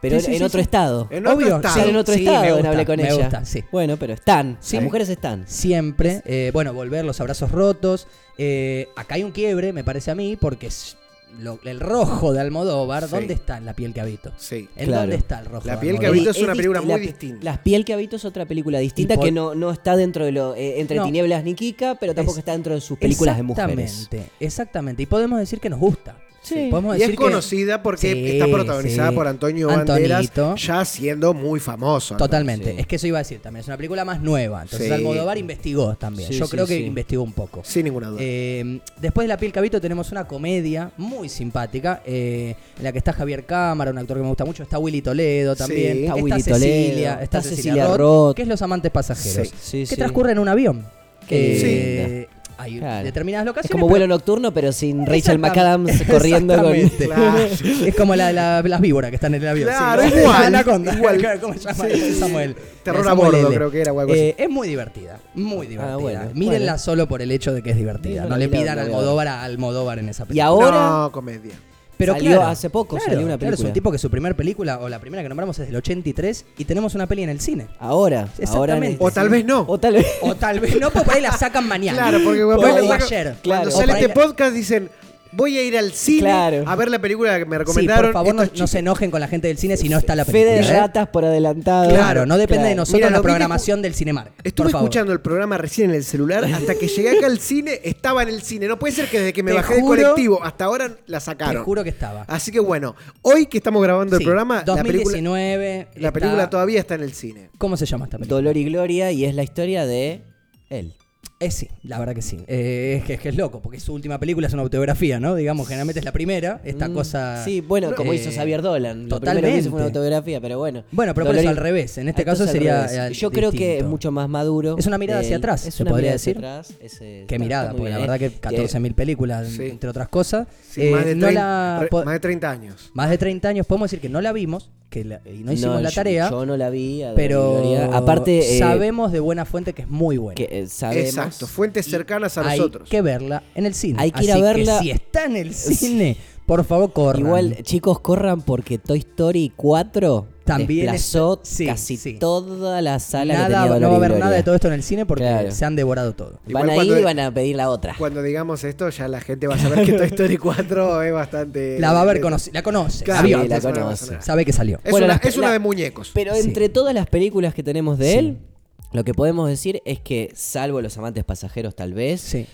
Pero Sí, sí, en sí, otro sí. estado. En otro obvio. estado. Están en otro sí, estado me en gusta, Hablé con me ella. gusta, sí. Bueno, pero están. Sí. Las mujeres están. siempre. eh, bueno, volver los abrazos rotos. Eh, acá hay un quiebre, me parece a mí, porque es lo- el rojo de Almodóvar, Sí. ¿dónde está en la piel que habito? Sí. ¿En Claro. dónde está el rojo? La de piel que Almodóvar? habito es una dist- película la muy pe- distinta. Las Piel que habito es otra película distinta Y por- que no, no está dentro de lo. eh, entre No. tinieblas ni Kika, pero tampoco Es- está dentro de sus películas de mujeres. Exactamente, exactamente. Y podemos decir que nos gusta. Sí. Podemos Y decir es conocida porque está protagonizada por Antonio Banderas, Antonito. ya siendo muy famoso. Antonio. Totalmente. Sí. Es que eso iba a decir también. Es una película más nueva. Entonces Sí. Almodóvar investigó también. Sí, Yo sí, creo que sí. investigó un poco. Sin ninguna duda. Eh, después de La piel cabito tenemos una comedia muy simpática eh, en la que está Javier Cámara, un actor que me gusta mucho, está Willy Toledo también, Sí. está, Está Willy Cecilia, Toledo, está está Cecilia Cecilia Roth, Roth. que es Los amantes pasajeros, Sí, sí, que sí. transcurre en un avión. Qué Eh, Hay Claro. determinadas Es locaciones. como pero- vuelo nocturno, pero sin Rachel Exactam- McAdams corriendo con. Exactamente. Claro. [laughs] Es como la, la- las víboras que están en el avión. Claro, ¿no? [laughs] igual, Anaconda. igual. Claro, ¿Cómo se llama? Sí. Samuel. Terror a Samuel bordo, L. creo que era o algo así. Ah, Eh, es muy divertida, muy divertida. bueno, Mírenla bueno. solo por el hecho de que es divertida. Mírenla, No le mírenla, pidan la voy a Almodóvar a Almodóvar en esa Y película. ahora. No, comedia. Pero salió claro, hace poco, claro, salió una claro, es película. un tipo que su primera película, o la primera que nombramos, es del 83 y tenemos una peli en el cine. Ahora. ahora en Exactamente. este- O tal vez no. O tal vez. O tal vez no, porque por ahí la sacan mañana. Claro, porque O cuando, saco- ayer. cuando claro. O sale por ahí este la- podcast dicen, voy a ir al cine Claro. a ver la película que me Sí, recomendaron. por favor, no, estos no chicos". se enojen con la gente del cine si no está la Fe película. de ¿eh? ratas por adelantado. Claro, no depende de Claro. nosotros Mira, la lo que te programación del Cinemark. Estuve por favor. escuchando el programa recién en el celular hasta que llegué acá al cine, estaba en el cine. No puede ser que desde que me Te bajé del juro- colectivo hasta ahora la Te sacaron. juro que estaba. Así que bueno, hoy que estamos grabando Sí, el programa, la película, 2019. la está- película todavía está en el cine. ¿Cómo se llama esta película? Dolor y Gloria, y es la historia de él. Eh, sí, la verdad que sí. Eh, es, que, es que es loco, porque es su última película, es una autobiografía, ¿no? Digamos, generalmente es la primera, esta Mm, cosa... Sí, bueno, No, como eh, hizo Xavier Dolan. Lo primero que totalmente. hizo fue una autobiografía, pero bueno. Bueno, pero por Dolor eso y- al revés. En este Ah, entonces caso al sería... revés. eh, Yo creo que es distinto. mucho más maduro. Es una mirada hacia Eh, atrás, es se una podría mirada hacia decir. atrás, ese- está- Qué está mirada, muy porque la bien, verdad eh. que 14.000 películas, Sí. entre otras cosas. Sí, Eh, más, de no 30, la- re- po- más de 30 años. más de 30 años, podemos decir que no la vimos que la- y no hicimos la yo- tarea. Yo, no la vi. a Dolor y Pero Gloria. aparte eh, sabemos de buena fuente que es muy buena. que eh, sabemos. Exacto, fuentes cercanas a hay nosotros. que verla en el cine. Hay que ir a Así verla- si está en [laughs] el cine, por favor, corran. Igual, chicos, corran porque Toy Story 4 También desplazó es- sí, casi sí. toda la sala que tenía nada, Dolor no va a y haber nada Gloria. de todo esto en el cine porque Claro. se han devorado todo. Van Igual a cuando- ir y van a pedir la otra. Cuando digamos esto, ya la gente va a saber que Toy Story 4 es bastante. La va a ver, conoce- la Eh, conoce, Claro, Eh, la vio, Sí, la entonces no va a conoce. sonar. sabe que salió. Es, Bueno, una, la- es una la- de muñecos. Pero Sí. entre todas las películas que tenemos de Sí. él, lo que podemos decir es que, salvo Los Amantes Pasajeros tal vez, Sí.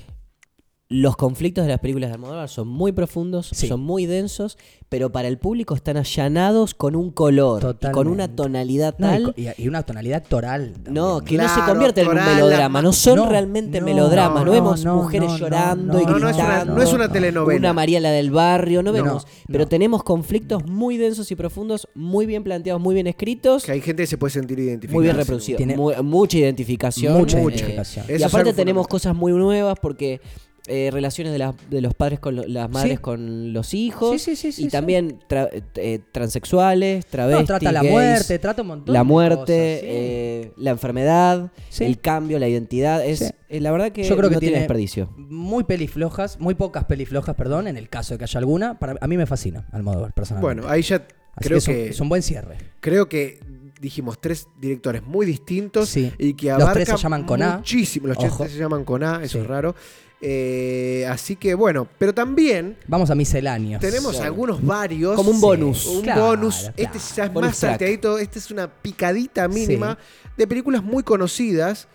los conflictos de las películas de Almodóvar son muy profundos, Sí. son muy densos, pero para el público están allanados con un color, y con Totalmente. una tonalidad No, y tal... co- y, y una tonalidad toral. también. No, que no se Claro, convierten en un coral, melodrama, la- no son No, realmente no, melodramas, no, no, vemos no, mujeres no, llorando no, y no, gritando. no es una- no es una telenovela. Una Mariela del Barrio, no No, vemos. pero no. tenemos conflictos muy densos y profundos, muy bien planteados, muy bien escritos. Que hay gente que se puede sentir identificada. Muy bien reproducido. Tiene Mu- mucha identificación. mucha Eh, identificación. Eso es y aparte algo tenemos fundamental. cosas muy nuevas porque eh, relaciones de, las- de los padres con lo- las madres Sí. con los hijos. Sí, sí, sí, sí, y sí. también tra- eh, transexuales, No, travestis. trata la gays, muerte, trata un montón La de muerte, cosas, sí. eh, la enfermedad, Sí. el cambio, la identidad. Es, Sí. eh, la verdad que, Yo creo que no tiene tiene- desperdicio. Muy pelis flojas, muy pocas pelis flojas, perdón, en el caso de que haya alguna. Para, a mí me fascina Almodóvar, personalmente. Bueno, ahí ya Así creo que es un- que, es un buen cierre. creo que dijimos, tres directores muy distintos Sí. y que Los tres abarcan se llaman con A. muchísimo. Los Ojo. tres se llaman con A, eso Sí. es raro. Eh, así que bueno, pero también Vamos a misceláneos. tenemos Claro. algunos varios. Como un bonus. Un Claro, bonus. claro. Este ya es Bonus más track. salteadito. Este es una picadita mínima de películas muy conocidas.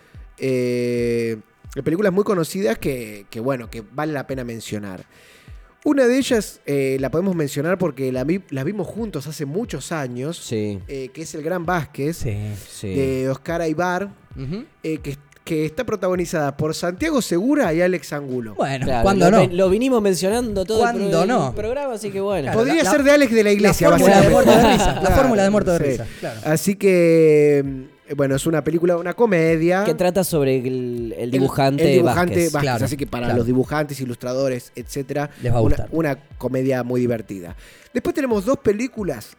eh, de películas muy conocidas que, que, bueno, que vale la pena mencionar. Una de ellas eh, la podemos mencionar porque la, vi- la vimos juntos hace muchos años. Sí, eh, que es El Gran Vázquez, Sí. sí. de Oscar Aibar, Ujú. eh, que, que está protagonizada por Santiago Segura y Alex Angulo. Bueno, Claro, ¿cuándo lo, no? Lo vinimos mencionando todo el, ¿Cuándo el no? programa, así que bueno. Claro, Podría la- ser de Alex de la Iglesia, la fórmula de básicamente. muerto de risa. [laughs] La Claro, fórmula de muerto de sí. risa. Claro. Así que, mm, bueno, es una película, una comedia. Que trata sobre el, el dibujante, El, dibujante Vázquez. Vázquez. Claro, Así que para claro. los dibujantes, ilustradores, etcétera, Les va a una, gustar. una comedia muy divertida. Después tenemos dos películas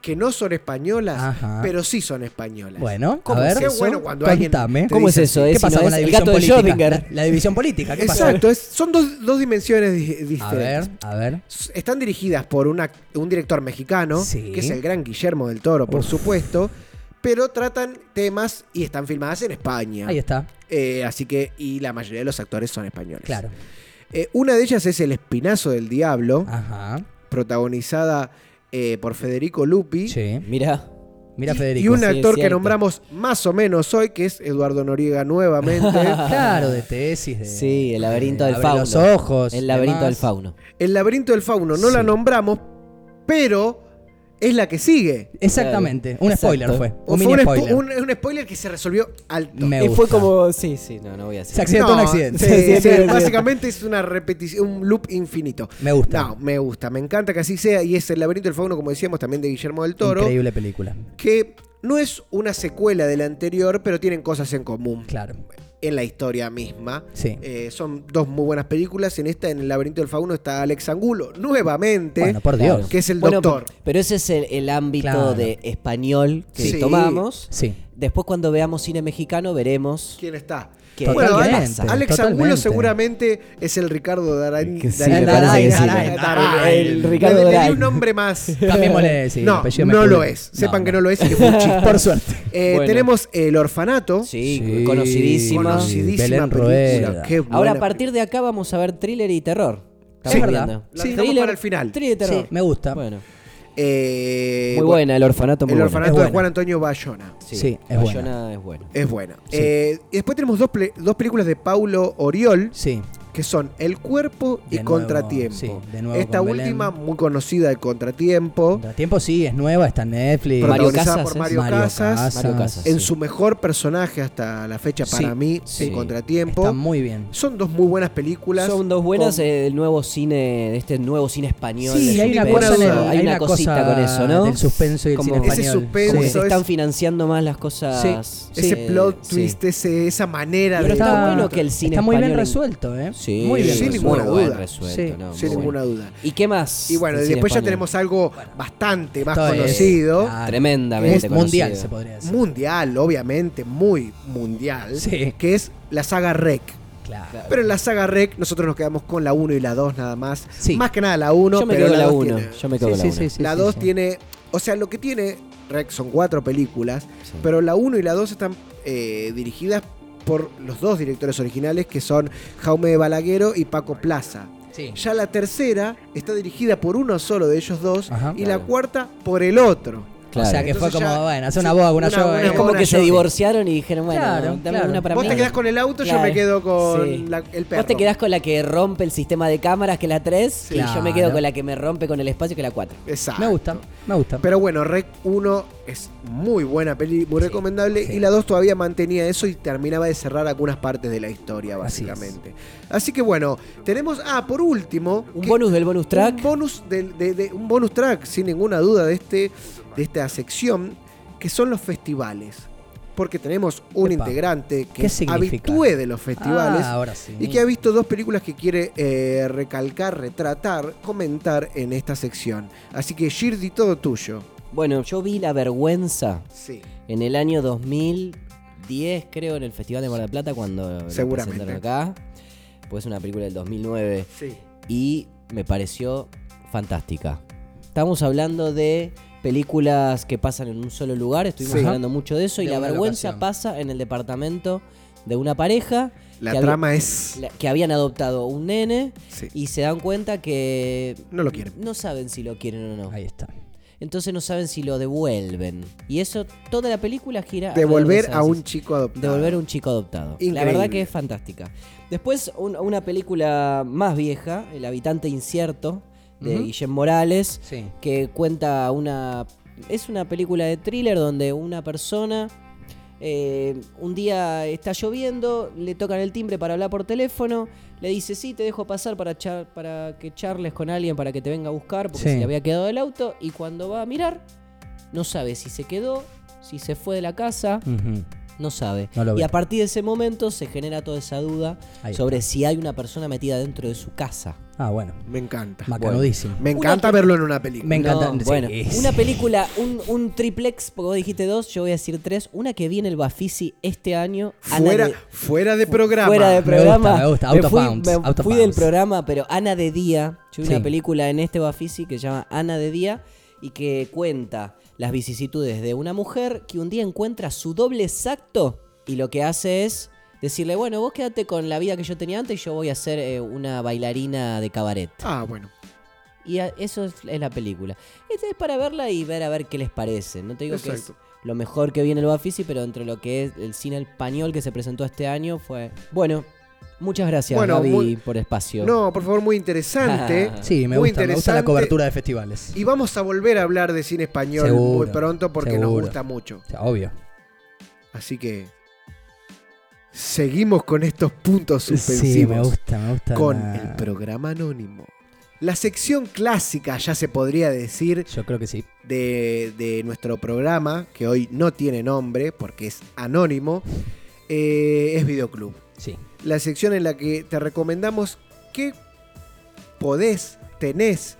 que no son españolas, Ajá. pero sí son españolas. Bueno, a ¿Cómo ver. es Qué eso? bueno cuando alguien Contame. te ¿Cómo es dice, eso? ¿Qué Es, pasa sino con es la el división gato de política? Schrödinger. La, la división política, ¿qué pasa? Exacto, es- son dos, dos dimensiones di- diferentes. A ver, a ver. S- Están dirigidas por una- un director mexicano, Sí. que es el gran Guillermo del Toro, por Uf. supuesto, pero tratan temas y están filmadas en España. Ahí está, Eh, así que, y la mayoría de los actores son españoles. claro. Eh, una de ellas es El Espinazo del Diablo, Ajá. protagonizada eh, por Federico Lupi. Sí. Mirá. Mira, Y- Federico. Y un sí, es actor que cierto. nombramos más o menos hoy, que es Eduardo Noriega [laughs] nuevamente. [laughs] Claro, de tesis. De, Sí, el laberinto de del abrir fauno. Eh, los ojos. El laberinto demás. del fauno. El laberinto del fauno no la Sí. nombramos, pero es la que sigue. Exactamente. Un Exacto. spoiler fue. Un Fue mini un, spo- spoiler. un- un spoiler que se resolvió alto. Me Eh, gusta. fue como. Sí, sí, no, no voy a Se decir. accidentó un No, accidente. [laughs] sí, sí, Sí, sí, sí. básicamente es una repetición, un loop infinito. Me gusta. No, me gusta, me encanta que así sea. Y es El laberinto del fauno, como decíamos, también de Guillermo del Toro. Increíble película. Que no es una secuela de la anterior, pero tienen cosas en común Claro. en la historia misma. Sí. Eh, son dos muy buenas películas. En esta, en El laberinto del fauno, está Alex Angulo, nuevamente, Bueno, por Claro. Dios. que es el Bueno, doctor. Pero ese es el, el ámbito Claro. de español que Sí. tomamos. Sí. Después, cuando veamos cine mexicano, veremos. ¿Quién está? ¿Qué? Bueno, Totalmente, Alex, Alex totalmente. Angulo seguramente es el Ricardo de Arañ- Que sí, de Arañ- me parece que sí. Arañ- Arañ- El Ricardo Le- le di Arañ. un nombre [laughs] más. Cambiémosle, sí, no, apellido no Mercurio. lo es. No, Sepan que no. no lo es y que fue un chiste. [laughs] Por suerte. Eh, Bueno. Tenemos El Orfanato. Sí, Sí. conocidísima. Conocidísima. Conocidísima Belén película. Rueda. Qué buena Ahora, a partir de acá, vamos a ver thriller y terror. Sí, Estamos verdad. viendo. La dejamos para el final. Thriller y terror. Sí, me gusta. Bueno, película. Eh, muy bu- buena, el orfanato. Muy El buena. Orfanato Es de buena. Juan Antonio Bayona. Sí, es Bayona buena. es buena. Es buena. Eh, y después tenemos dos, ple- dos películas de Paulo Oriol, Sí. que son El Cuerpo y De nuevo, Contratiempo. sí, de nuevo Esta con Belén. última, muy conocida, de Contratiempo. Tiempo sí, es nueva, está en Netflix. Mario protagonizada Casas, por ¿eh? Mario, Casas. Mario Casas. En Sí. su mejor personaje hasta la fecha para Sí, mí, sí. en Está Contratiempo. muy bien. Son dos muy buenas películas. Son dos buenas Con- eh, del nuevo cine, de este nuevo cine español. Sí, de hay una suspenso. cosa en el- Hay hay una una cosita cosa con eso, ¿no? del suspenso y el Como cine Ese español. suspenso, Como que Sí. se es- están financiando más las cosas. Sí, Ese eh, plot sí. twist, ese- esa manera Pero de. está bueno que el cine Está muy bien español en- resuelto, ¿eh? Sí, Muy bien Sin muy resuelto. ninguna buen duda. resuelto, Sí. no, Sin muy ninguna bueno. duda. ¿Y qué más? Y bueno, del y cine después ya español? tenemos algo bastante más Esto es- conocido. claro, Tremendamente Ah, Es mundial, conocido. se podría decir. mundial, obviamente, muy mundial, Sí. que es la saga Rec. Claro. Pero en la saga Rec nosotros nos quedamos con la 1 y la 2 nada más. Sí. Más que nada la 1, Yo me pero quedo la la 2 1. tiene... Yo me quedo Sí, la sí, 1. sí, sí. la 2 tiene... O sea, lo que tiene Rec son cuatro películas, Sí. pero la 1 y la 2 están eh, dirigidas por los dos directores originales que son Jaume Balaguero y Paco Plaza. Sí. Ya la tercera está dirigida por uno solo de ellos dos Ajá. y la Claro. cuarta por el otro. Claro. O sea que fue Entonces como, ya- bueno, hace una sí, boda con una, una- yoga. una Es como ahora que yo se sí. divorciaron y dijeron, bueno, Claro, dame claro. una para Vos mí. te quedás con el auto, yo Claro. me quedo con Sí. la- el perro. Vos te quedás con la que rompe el sistema de cámaras, que es la 3, y yo me quedo Claro. con la que me rompe con el espacio, que es la 4. Exacto. Me gusta, me gusta. Pero bueno, Rec 1 es muy buena peli, muy Sí, recomendable. sí. Y la 2 todavía mantenía eso y terminaba de cerrar algunas partes de la historia, Así es. básicamente. Así, que bueno, tenemos. Ah, por último. Un que- bonus del bonus Un track. bonus, del- de, de- un bonus track, sin ninguna duda, de, este, de esta sección, que son los festivales. Porque tenemos un Epa. integrante que ¿Qué es significa? habitué de los festivales. Ah, ahora sí. Y que ha visto dos películas que quiere eh, recalcar, retratar, comentar en esta sección. Así que Shirdi, todo tuyo. Bueno, yo vi La Vergüenza Sí. en el año 2010, creo, en el Festival de Mar del Plata, cuando lo Seguramente. presentaron acá. Pues es una película del 2009. Sí. y me pareció fantástica. Estamos hablando de películas que pasan en un solo lugar, estuvimos Sí. hablando mucho de eso, y De la una vergüenza locación. pasa en el departamento de una pareja La que había- trama es. la- que habían adoptado un nene sí, y se dan cuenta que No lo quieren. no saben si lo quieren o no. Ahí está. Entonces no saben si lo devuelven. Y eso, toda la película gira... alrededor de Devolver esa a un decisión. chico adoptado. Devolver a un chico adoptado. La Increíble. verdad que es fantástica. Después, un- una película más vieja, El habitante incierto, de Ujú. Guillem Morales, Sí. que cuenta una... Es una película de thriller donde una persona... eh, un día está lloviendo, le tocan el timbre para hablar por teléfono, le dice sí, te dejo pasar para, char- para que charles con alguien para que te venga a buscar porque Sí. se le había quedado el auto y cuando va a mirar no sabe si se quedó, si se fue de la casa, Ujú. no sabe. No lo y ve. a partir de ese momento se genera toda esa duda Ahí está. sobre si hay una persona metida dentro de su casa. Ah, bueno. Me encanta. Macanudísimo. Me encanta verlo en una película. Me encanta. No, Sí, bueno, sí. una película, un, un triplex, porque vos dijiste dos, yo voy a decir tres. Una que viene el Bafisi este año. Ana Fuera, de- fuera de programa. fuera de gusta, programa. me gusta, out of fui, bounds, me out of fui del bounds. programa, pero Ana de Día. Yo vi Sí. una película en este Bafisi que se llama Ana de Día y que cuenta las vicisitudes de una mujer que un día encuentra su doble exacto y lo que hace es decirle, bueno, vos quédate con la vida que yo tenía antes y yo voy a ser eh, una bailarina de cabaret. Ah, bueno. Y a- eso es, es la película. Esta es para verla y ver a ver qué les parece. No te digo que Exacto. es lo mejor que viene el Bafisi, pero entre lo que es el cine español que se presentó este año fue. Bueno, muchas gracias, Bueno, Gaby, muy- por espacio. No, por favor, muy interesante. [laughs] Sí, Muy me gusta, me gusta la interesante. cobertura de festivales. Y vamos a volver a hablar de cine español Seguro, muy pronto porque nos seguro. gusta mucho. O sea, obvio. Así que seguimos con estos puntos suspensivos. Sí, me gusta, me gusta. Con la- el programa anónimo. La sección clásica, ya se podría decir, Yo creo que sí. de, de nuestro programa, que hoy no tiene nombre porque es anónimo, eh, es Videoclub. Sí. La sección en la que te recomendamos qué podés, tenés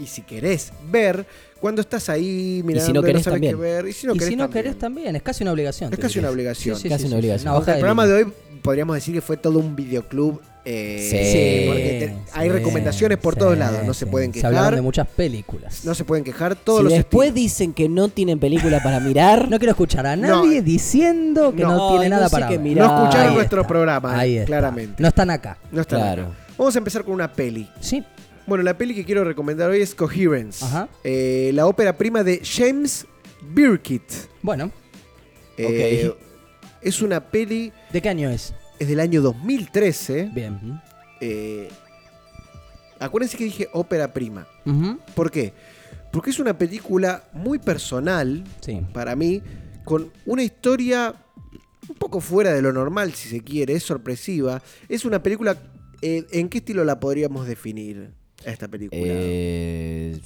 y si querés ver cuando estás ahí mirando, no querés, sabes también. qué ver. Y si no y querés, si no también. querés también, es casi una obligación. Es te casi diría. una obligación. Casi una obligación. Una Ojo, hoja el programa de hoy podríamos decir que fue todo un videoclub. eh, Sí, porque te- Sí, hay recomendaciones por sí, todos lados. No se sí. pueden Se hablaron de quejar. muchas películas. No se pueden quejar. Todos Si los después estilos. dicen que no tienen película para mirar, No quiero escuchar a [laughs] No, nadie diciendo que no, no, tiene no nada sé para qué ver. mirar. No escucharon Ahí nuestro está, programa, Ahí eh, está. claramente. No están acá. No está Claro. mal. Vamos a empezar con una peli. Sí. Bueno, la peli que quiero recomendar hoy es Coherence. Ajá. Eh, la ópera prima de James Birkitt. Bueno, Eh, Es una peli, ¿de qué año es? es del año 2013. Bien. Eh, acuérdense que dije ópera prima. Ujú. ¿Por qué? Porque es una película muy personal Sí. para mí, con una historia un poco fuera de lo normal, si se quiere, es sorpresiva. Es una película, eh, ¿en qué estilo la podríamos definir a esta película? Eh,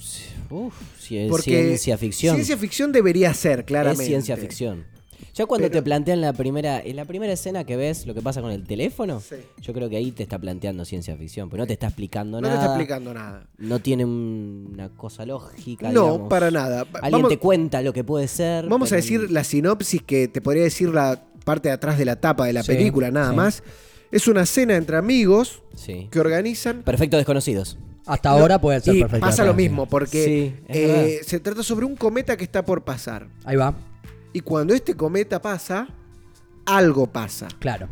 uf, si es Porque ciencia ficción. Ciencia ficción debería ser, claramente. Es ciencia ficción. Ya cuando Pero- te plantean la primera, en la primera escena que ves lo que pasa con el teléfono, Sí. yo creo que ahí te está planteando ciencia ficción, pero no te está explicando No, nada. te está explicando nada. No tiene un- una cosa lógica. No, digamos. para nada. Va- Alguien vamos- te cuenta lo que puede ser. Vamos a pero- decir la sinopsis que te podría decir la parte de atrás de la tapa de la Sí, película, nada sí. más. Es una cena entre amigos Sí. que organizan Perfectos desconocidos. Hasta ahora puede ser y perfecto. pasa lo mismo, porque Sí, es eh, verdad. se trata sobre un cometa que está por pasar. Ahí va. Y cuando este cometa pasa, algo pasa. Claro.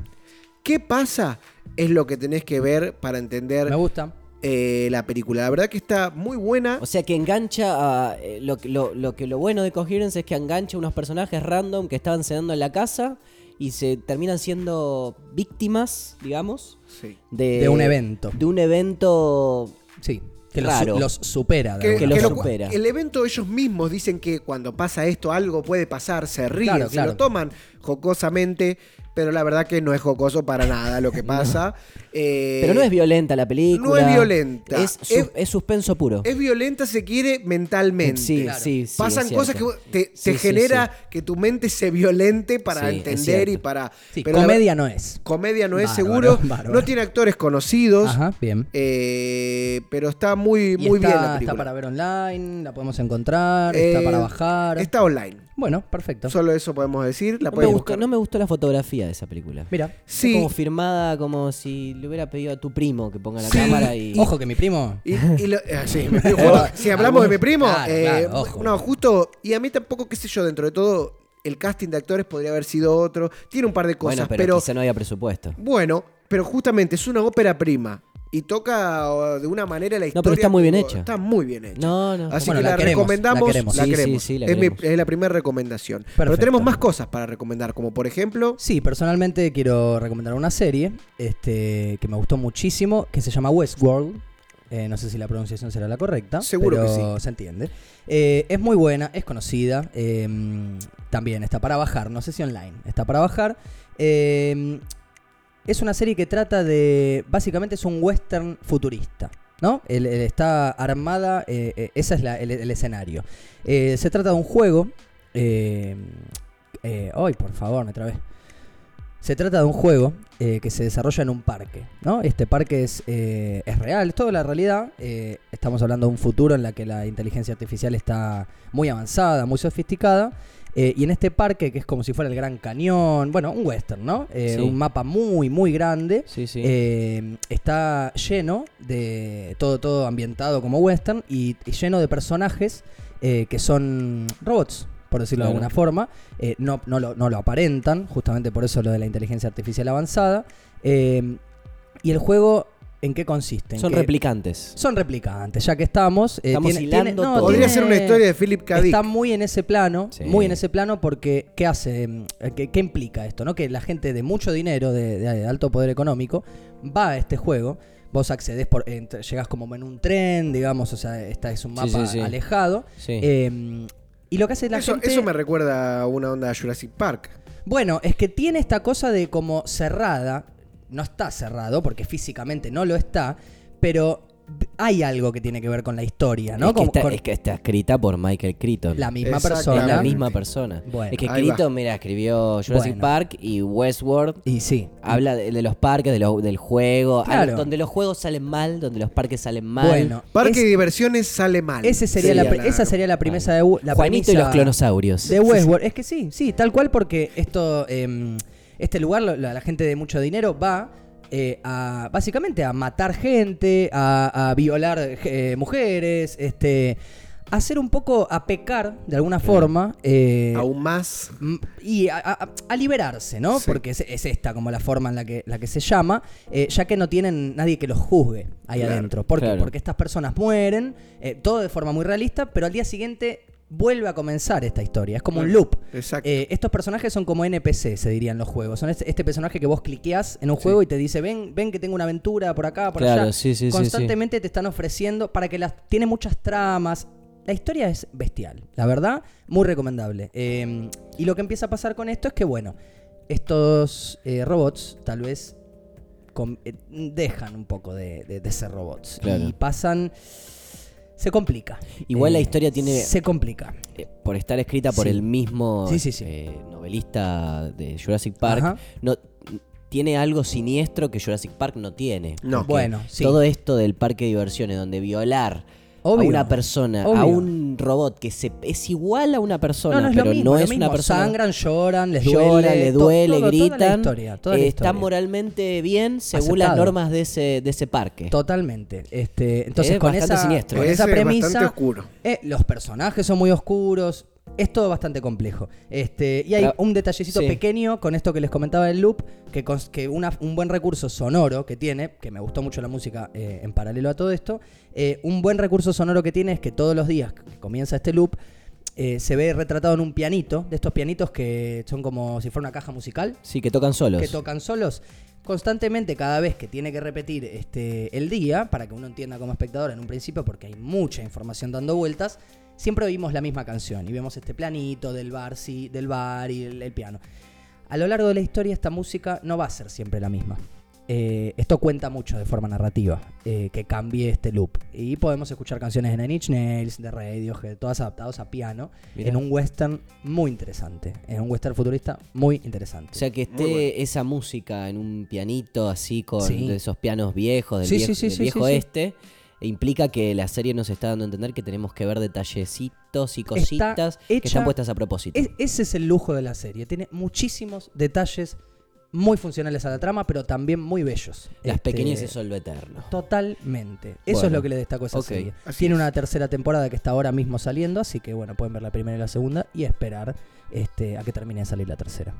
¿Qué pasa? Es lo que tenés que ver para Me entender gusta. eh, la película. La verdad que está muy buena. O sea que engancha a. eh, lo, que- lo- lo que, lo bueno de Coherence es que engancha unos personajes random que estaban cenando en la casa y se terminan siendo víctimas, digamos, Sí. de, De un evento. De un evento Sí. Que los, Claro. los supera. de Que- alguna lo que lo- forma. supera. el evento ellos mismos dicen que cuando pasa esto algo puede pasar, se ríen, Claro, se claro. lo toman jocosamente, pero la verdad que no es jocoso para nada lo que pasa. Eh, Pero no es violenta la película. no es violenta. Es, su- Es- es suspenso puro. es violenta se quiere mentalmente. sí, Claro. sí, sí, Pasan es cierto. cosas que vos- te, te Sí, sí, genera que tu mente se violente para Sí, es entender cierto. y para... Sí, pero la- comedia no es. comedia no es Bárbaro, seguro. bárbaro. No tiene actores conocidos. Ajá, bien. eh, pero está muy, Y muy bien está, la está película. para ver online, la podemos encontrar, Eh, está para bajar. Está online. Bueno, perfecto. Solo eso podemos decir. La No me, pueden gustó, buscar. no me gustó la fotografía de esa película. Mira. Está Sí, Como firmada, como si le hubiera pedido a tu primo que ponga la Sí. cámara y. Ojo que mi primo. Y, y lo- eh, [laughs] sí, mi primo. Bueno, si hablamos de mi primo, Claro, eh, claro, ojo. no, justo, y a mí tampoco, qué sé yo, dentro de todo, el casting de actores podría haber sido otro, tiene un par de bueno, cosas, pero, pero, quizá no había presupuesto. bueno, pero justamente es una ópera prima y toca oh, de una manera la historia. No, pero está muy bien como- hecha. Está muy bien hecha. No, no. Así Bueno, que la, la queremos, recomendamos, la queremos. la Sí, sí, queremos. sí, la es, mi- queremos. es la primera recomendación. Pero Perfecto. tenemos más cosas para recomendar, como por ejemplo, Sí, personalmente quiero recomendar una serie este, que me gustó muchísimo, que se llama Westworld. Eh, no sé si la pronunciación será la correcta. Seguro que pero Se entiende. Eh, es muy buena, es conocida. eh, también está para bajar, no sé si online. Está para bajar. Eh, es una serie que trata de. Básicamente es un western futurista. ¿No? El- el- está armada. eh, eh, ese es la- el, el escenario. Eh, se trata de un juego. eh, eh, ay, por favor, me trabé. Se trata de un juego eh, que se desarrolla en un parque, ¿no? Este parque es, eh, es real, es toda la realidad. eh, estamos hablando de un futuro en la que la inteligencia artificial está muy avanzada, muy sofisticada. eh, y en este parque, que es como si fuera el Gran Cañón, bueno, un western, ¿no? Eh, Sí. Un mapa muy, muy grande. Sí, sí. Eh, está lleno de todo, todo ambientado como western y, y lleno de personajes eh, que son robots, por decirlo de Claro. alguna forma. Eh, no, no, lo, no lo aparentan, justamente por eso lo de la inteligencia artificial avanzada. Eh, y el juego, ¿en qué consiste? En Son que- replicantes. Son replicantes, ya que estamos. eh, Estamos hilando todo. podría tiene- ser una historia de Philip K. Dick. Está muy en ese plano, Sí. muy en ese plano porque ¿qué hace? Mm, ¿Qué, qué implica esto? ¿no? Que la gente de mucho dinero, de, de alto poder económico, va a este juego. Vos accedes por. ent- llegás como en un tren, digamos, o sea, esta es un Sí, mapa sí, sí. alejado. Sí. Eh, y lo que hace la Eso, gente. eso me recuerda a una onda Jurassic Park. Bueno, es que tiene esta cosa de como cerrada. No está cerrado, porque físicamente no lo está, pero hay algo que tiene que ver con la historia, ¿no? es, que Como- está, con es que está escrita por Michael Crichton. la misma Exactamente. Es persona. la misma persona. Bueno. es que Ahí va. Crichton, mira, escribió Jurassic Bueno. Park y Westworld. Y sí. Habla de, de los parques, de lo- del juego. Claro. Ah, donde los juegos salen mal, donde los parques salen mal. Bueno, Parque es- de diversiones sale mal. Ese sería Sí, la, claro. pre- esa sería la premisa de Wu- la Juanito y premisa los clonosaurios. de Westworld. Es que sí, sí, tal cual porque esto, em, este lugar, lo- la, la gente de mucho dinero va eh, a básicamente a matar gente, a, a violar eh, mujeres, este, a hacer un poco a pecar de alguna Mm. forma. eh, Aún más. Mm, y a, a- a liberarse, ¿no? Sí. Porque es, es esta como la forma en la que, la que se llama, eh, ya que no tienen nadie que los juzgue ahí Claro, adentro. ¿Por qué? claro. Porque estas personas mueren, eh, todo de forma muy realista, pero al día siguiente vuelve a comenzar esta historia. Es como un loop. Exacto. Eh, estos personajes son como NPC, se dirían los juegos. Son este, este personaje que vos cliqueás en un juego y te dice, ven, ven que tengo una aventura por acá, por Claro, allá. sí, sí, sí, sí. Constantemente te están ofreciendo para que las... Tiene muchas tramas. La historia es bestial, la verdad, muy recomendable. Eh, y lo que empieza a pasar con esto es que, bueno, estos eh, robots tal vez com- eh, dejan un poco de, de- de ser robots. Claro. Y pasan... Se complica. Igual la Eh, historia tiene- Se complica. eh, por estar escrita por Sí. el mismo Sí, sí, sí. eh, novelista de Jurassic Park, Ajá. no tiene algo siniestro que Jurassic Park no tiene. No. Porque Bueno, sí. Todo esto del parque de diversiones, donde violar a Obvio. una persona, a Obvio. un robot que se, es igual a una persona, no, no es pero lo mismo, no lo es una mismo. persona. Sangran, lloran, les duele. llora, le to- duele, todo- gritan. Toda la historia, toda la eh, historia. Está moralmente bien según las Aceptado. normas de ese, de ese parque. Totalmente. Este, entonces, Es con, bastante esa, siniestro. con Ese esa es bastante premisa, oscuro. eh, los personajes son muy oscuros. Es todo bastante complejo. Este, y hay Pero- un detallecito sí. pequeño con esto que les comentaba del loop, que, cons- que una- un buen recurso sonoro que tiene, que me gustó mucho la música eh, en paralelo a todo esto, eh, un buen recurso sonoro que tiene es que todos los días que comienza este loop, eh, se ve retratado en un pianito, de estos pianitos que son como si fuera una caja musical, Sí, que tocan solos. que tocan solos. Constantemente, cada vez que tiene que repetir este, el día, para que uno entienda como espectador en un principio, porque hay mucha información dando vueltas, siempre oímos la misma canción y vemos este planito del bar, sí, del bar y el, el piano. A lo largo de la historia, esta música no va a ser siempre la misma. Eh, esto cuenta mucho de forma narrativa, eh, que cambie este loop. Y podemos escuchar canciones de Nine Inch Nails, de Radiohead, todas adaptadas a piano, Mirá. en un western muy interesante, en un western futurista muy interesante. O sea, que esté Muy bueno. esa música en un pianito así con Sí. de esos pianos viejos del Sí, viejo, sí, sí, del sí, viejo sí, sí. este. e implica que la serie nos está dando a entender que tenemos que ver detallecitos y cositas que hecha- están puestas a propósito. Es- ese es el lujo de la serie. Tiene muchísimos detalles muy funcionales a la trama, pero también muy bellos. Las Este, pequeñeces son lo eterno. Totalmente. Eso es Bueno. lo que le destacó a esa Ok. serie. Así Tiene es. una tercera temporada que está ahora mismo saliendo, así que bueno, pueden ver la primera y la segunda y esperar este, a que termine de salir la tercera.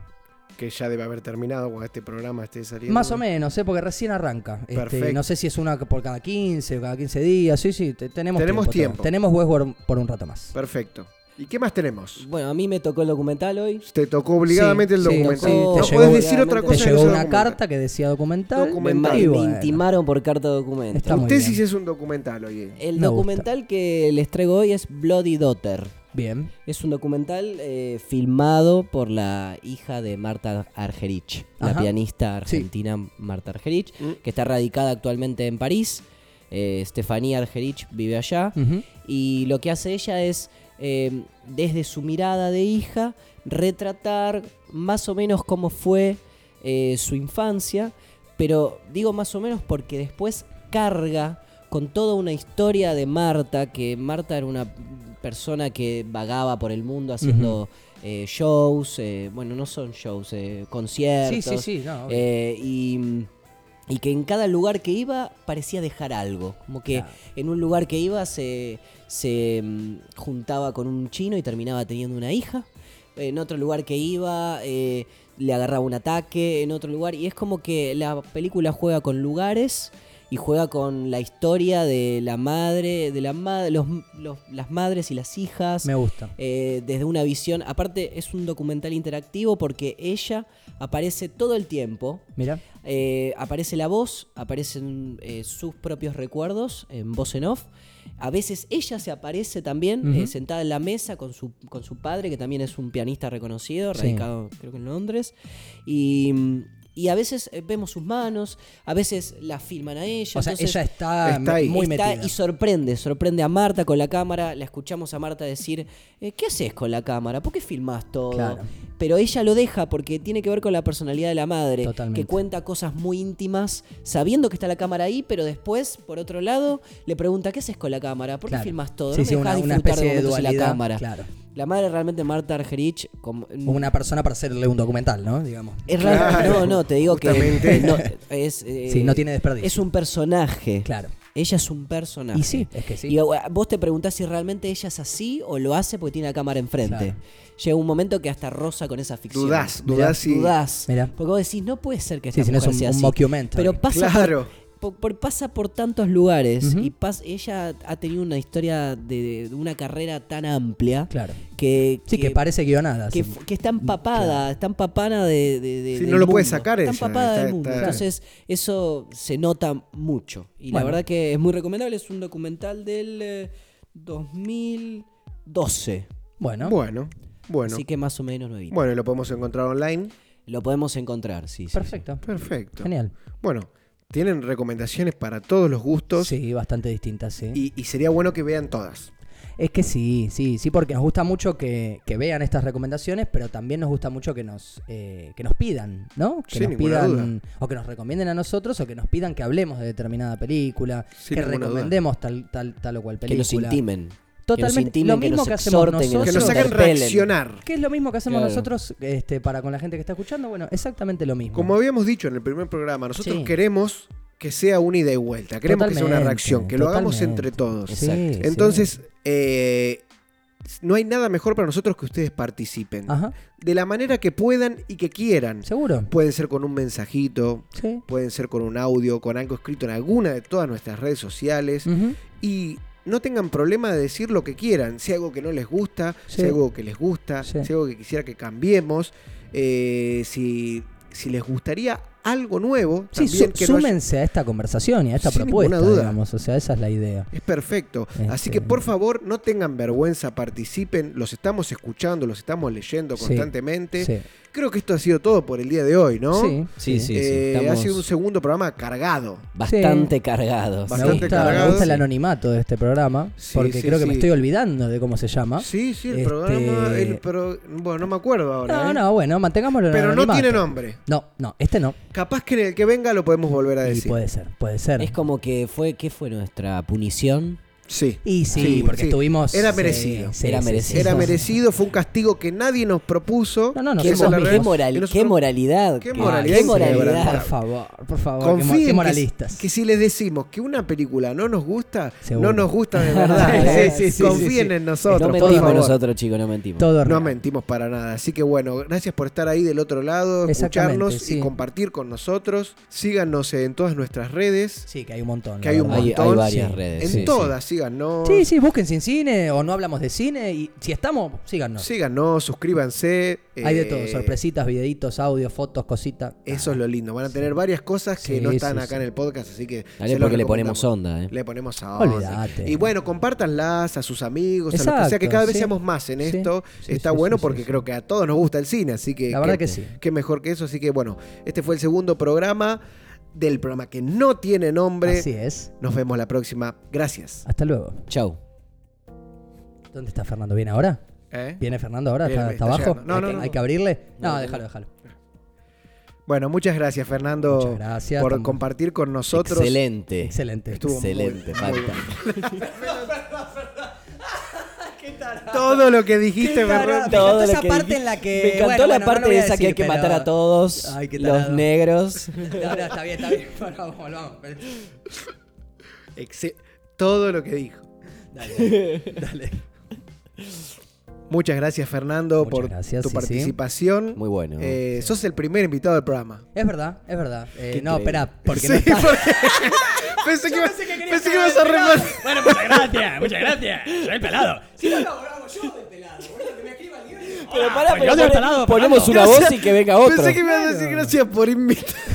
Que ya debe haber terminado cuando este programa esté saliendo. Más o menos, ¿eh? porque recién arranca. Este, Perfecto. no sé si es una por cada 15 o cada 15 días. Sí, sí, te- tenemos, Tenemos tiempo. tiempo. todavía. Tenemos Westworld por un rato más. Perfecto. ¿Y qué más tenemos? Bueno, a mí me tocó el documental hoy. Te tocó obligadamente el sí, documental. sí, no te puedes llegó- decir otra te cosa Te que llegó sea una documental. carta que decía documental. Me, Documental. ma- Y me bueno. intimaron por carta documento. Está muy Usted bien. sí es un documental hoy. El Me gusta. documental que les traigo hoy es Bloody Daughter. Bien. Es un documental eh, filmado por la hija de Marta Argerich, la Ajá. pianista argentina Marta Argerich, Mm. que está radicada actualmente en París. Eh, Estefanía Argerich vive allá. Ujú. Y lo que hace ella es, eh, desde su mirada de hija, retratar más o menos cómo fue eh, su infancia. Pero digo más o menos porque después carga con toda una historia de Marta, que Marta era una persona que vagaba por el mundo haciendo eh, shows, eh, bueno, no son shows, eh, Sí, conciertos. sí, sí. no, obvio. Eh, y, y que en cada lugar que iba parecía dejar algo. Como que Claro. en un lugar que iba se, se mm, juntaba con un chino y terminaba teniendo una hija. En otro lugar que iba eh, le agarraba un ataque. En otro lugar. Y es como que la película juega con lugares. Y juega con la historia de la madre, de la ma- los- los- las madres y las hijas Me gusta. eh, desde una visión. Aparte, es un documental interactivo porque ella aparece todo el tiempo. Mira. Eh, aparece la voz, aparecen eh, sus propios recuerdos en voz en off. A veces ella se aparece también Ujú. eh, sentada en la mesa con su, con su padre, que también es un pianista reconocido, Sí. radicado creo que en Londres. Y, y a veces eh, vemos sus manos, a veces la filman a ella. O sea, entonces- ella está, está ahí. muy Está metida. y sorprende, sorprende a Marta con la cámara. La escuchamos a Marta decir, eh, ¿qué haces con la cámara? ¿Por qué filmás todo? Claro. Pero ella lo deja porque tiene que ver con la personalidad de la madre, Totalmente. que cuenta cosas muy íntimas, sabiendo que está la cámara ahí, pero después, por otro lado, le pregunta, ¿qué haces con la cámara? ¿Por qué Claro. filmas todo? Sí, no sí, me una, dejás una disfrutar especie de momentos en dualidad. la cámara. Claro. La madge realmente, Marta Argerich, como- Como una persona para hacerle un documental, ¿no? Digamos. es raro. Claro, no, no, te digo justamente. que [laughs] no, es, eh, Sí, no tiene desperdicio. es un personaje. Claro. Ella es un personaje. Y sí, es que sí. Y eh, vos te preguntás si realmente ella es así o lo hace porque tiene la cámara enfrente. Claro. Llega un momento que hasta rosa con esa ficción. Dudás, Mirá, dudás y. Dudás. Mirá. Porque vos decís, no puede ser que esta Sí, si no es mujer un, sea un así. mockumentary. Pero pasa, Claro. por, por- pasa por tantos lugares Ujú. y pas- ella ha tenido una historia de, de una carrera tan amplia Claro. que, Sí, que, parece guionada. que, sí. fu- que está empapada, está empapana de, de- de- Sí, del no lo puede mundo. sacar Está ella, empapada está- del mundo. está- Entonces, eso se nota mucho. Y la Bueno. verdad que es muy recomendable. Es un documental del eh, 2012. Bueno, Bueno, bueno. Así que más o menos nuevito. Bueno, lo podemos encontrar online. Lo podemos encontrar, sí. sí. perfecto. Perfecto. Genial. Bueno, tienen recomendaciones para todos los gustos Sí, bastante distinta, sí. y, y sería bueno que vean todas. Es que sí, sí, sí, porque nos gusta mucho que, que vean estas recomendaciones, pero también nos gusta mucho que nos, eh, que nos pidan, ¿no? Que Sin nos ninguna pidan, o que nos recomienden a nosotros, o que nos pidan que hablemos de determinada película, Sin que ninguna duda. recomendemos tal, tal, tal o cual Que película. nos intimen. Totalmente. intimen, lo que mismo nos que, hacemos exhorten, que nosotros. Que nos hagan interpelen. reaccionar. que es lo mismo que hacemos Claro. nosotros este, para con la gente que está escuchando. Bueno, exactamente lo mismo. Como habíamos dicho en el primer programa, nosotros Sí. queremos que sea una ida y vuelta. Queremos que sea una Totalmente, reacción, que lo hagamos totalmente. entre todos. Sí, Exacto. sí. Entonces, eh, no hay nada mejor para nosotros que ustedes participen. Ajá, De la manera que puedan y que quieran. seguro. Pueden ser con un mensajito, Sí. pueden ser con un audio, con algo escrito en alguna de todas nuestras redes sociales. Ujú. Y no tengan problema de decir lo que quieran. Si hay algo que no les gusta, si Sí. hay algo que les gusta, Sí. si hay algo que quisiera que cambiemos, eh, si, si les gustaría algo nuevo, Sí, también su- que no haya- súmense a esta conversación y a esta Sin propuesta, ninguna duda. digamos. O sea, esa es la idea. Es perfecto. Así Este- que por favor no tengan vergüenza, participen, los estamos escuchando, los estamos leyendo Sí. constantemente. Sí. Creo que esto ha sido todo por el día de hoy, Este, ¿no? Sí. Sí, sí, sí. Eh, Estamos Ha sido un segundo programa cargado. bastante cargados. Me Bastante gusta, cargado. me gusta el anonimato de este programa, Sí, porque sí, creo que me sí. estoy olvidando de cómo se llama. Sí, sí, el Este- programa. el pro- Bueno, no me acuerdo ahora. no, ¿eh? no, bueno, mantengámoslo en Pero no anonimato. tiene nombre. No, no, este no. Capaz que en el que venga lo podemos volver a Y decir. puede ser, puede ser. Es como que fue, ¿qué fue nuestra punición? Sí. Y sí, Sí, porque sí. estuvimos. Era sí, merecido. sí, Era sí, merecido. sí, Era sí. merecido, fue un castigo que nadie nos propuso. No, no, ¿Qué, Esa nosotros es la mo- qué realidad. mismos. moral- Y nosotros- qué moralidad? qué Ah, moralidad ¿Qué y moralidad. Por moralidad? favor, por favor. qué mo- Confíen qué que- moralistas. Que, si les decimos que una película no nos gusta, Seguro. no nos gusta [laughs] de verdad. Sí, ¿eh? sí, sí, Confíen sí, sí. en nosotros, no por mentimos favor. nosotros, chicos, no mentimos. Todo No real. mentimos para nada. Así que bueno, gracias por estar ahí del otro lado, Exactamente, escucharnos sí. y compartir con nosotros. Síganos en todas nuestras redes. Sí, que hay un montón. Que la hay un verdad. hay, hay montón, varias sí. redes. en sí, sí. todas, síganos. Sí, sí, busquen sin cine o no hablamos de cine. Y si estamos, síganos. Síganos, suscríbanse. Hay de eh, todo, sorpresitas, videitos, audio, fotos, cositas. Eso es lo lindo. Van a tener varias cosas que Sí, no están sí, acá sí. en el podcast, así que. Dale, se los porque le ponemos recomendamos. onda, ¿eh? Le ponemos a Olvídate. Y bueno, compártanlas a sus amigos, a los que sea, que Exacto, cada vez sí. seamos más en Sí. esto. Sí, Está sí, bueno sí, porque sí, sí. creo que a todos nos gusta el cine, así que. La verdad que sí. Qué mejor que eso. Así que bueno, este fue el segundo programa del programa que no tiene nombre. Así es. Nos vemos la próxima. Gracias. Hasta luego. Chau. ¿Dónde está Fernando? ¿Viene ahora? ¿Eh? ¿Viene Fernando ahora? Viene, ¿Está, está está abajo? llegando. No, ¿Hay, no, que, no, hay no. que abrirle? No, No, déjalo, déjalo. Bueno, muchas gracias, Fernando. Muchas gracias. Por Estamos- compartir con nosotros. Excelente. Excelente. Estuvo muy- Excelente, muy Marta. Todo lo que dijiste, Fernando. Me encantó Todo lo esa que parte dijiste. en la que- Me encantó bueno, la bueno, no parte lo voy a esa que hay decir, que pero- matar a todos Ay, qué los tarado. negros. [laughs] No, no, está bien, está bien. [laughs] Bueno, vamos, volvamos. Exce- todo lo que dijo. [laughs] Dale, dale. Muchas gracias, Fernando, Muchas por gracias, tu sí, participación. Muy bueno. Eh, Sos el primer invitado del programa. Es verdad, es verdad. Eh, Qué no, increíble. espera, porque Sí, no está. [laughs] porque- pensé que, ibas- pensé que ibas a remar. Bueno, muchas gracias, muchas gracias. Soy el pelado. pero pará, yo pero te he pone- pelado, ponemos una Gracias. voz y que venga otro. Pensé que me ibas a decir gracias por invitar. [laughs]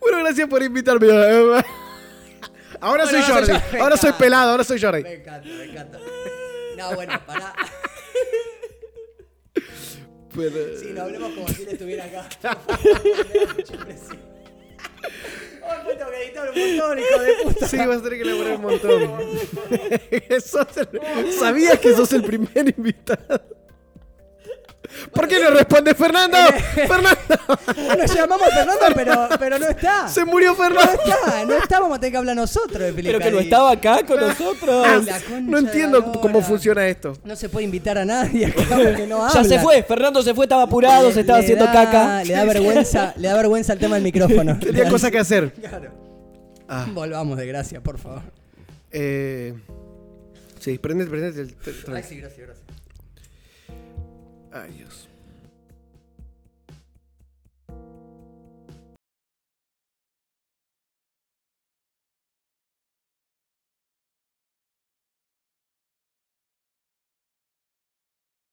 Bueno, gracias por invitarme. [laughs] Ahora soy ahora soy Jordi. Jordi. Ahora soy pelado, ahora soy Jordi. Me encanta, me encanta. No, bueno, pará. Pero- Sí, no hablemos como si él estuviera [laughs] acá. Oh, me tengo que editar un montón, hijo de puta. Sí, vas a tener que elaborar un [laughs] montón. [laughs] Sos el- Sabías que sos el primer invitado. ¿Por qué no responde [laughs] Fernando? ¡Fernando! Ah, Nos llamamos Fernando, pero, pero no está. ¡Se murió No Fernando! está, no está, vamos a tener que hablar nosotros de Pelicarí. Pero que no estaba acá con nosotros. La concha No de la entiendo lora. cómo funciona esto. No se puede invitar a nadie [laughs] acá porque no Ah, habla. Ya se fue, Fernando se fue, estaba apurado, se estaba Le haciendo da- caca. Le da vergüenza, le da vergüenza el tema del micrófono. Tenía cosas que hacer. Ah. Volvamos de gracia, por favor. Eh, sí, prendete, prendete el. te- Ay, tra- sí, gracias, gracias. Ay, Dios.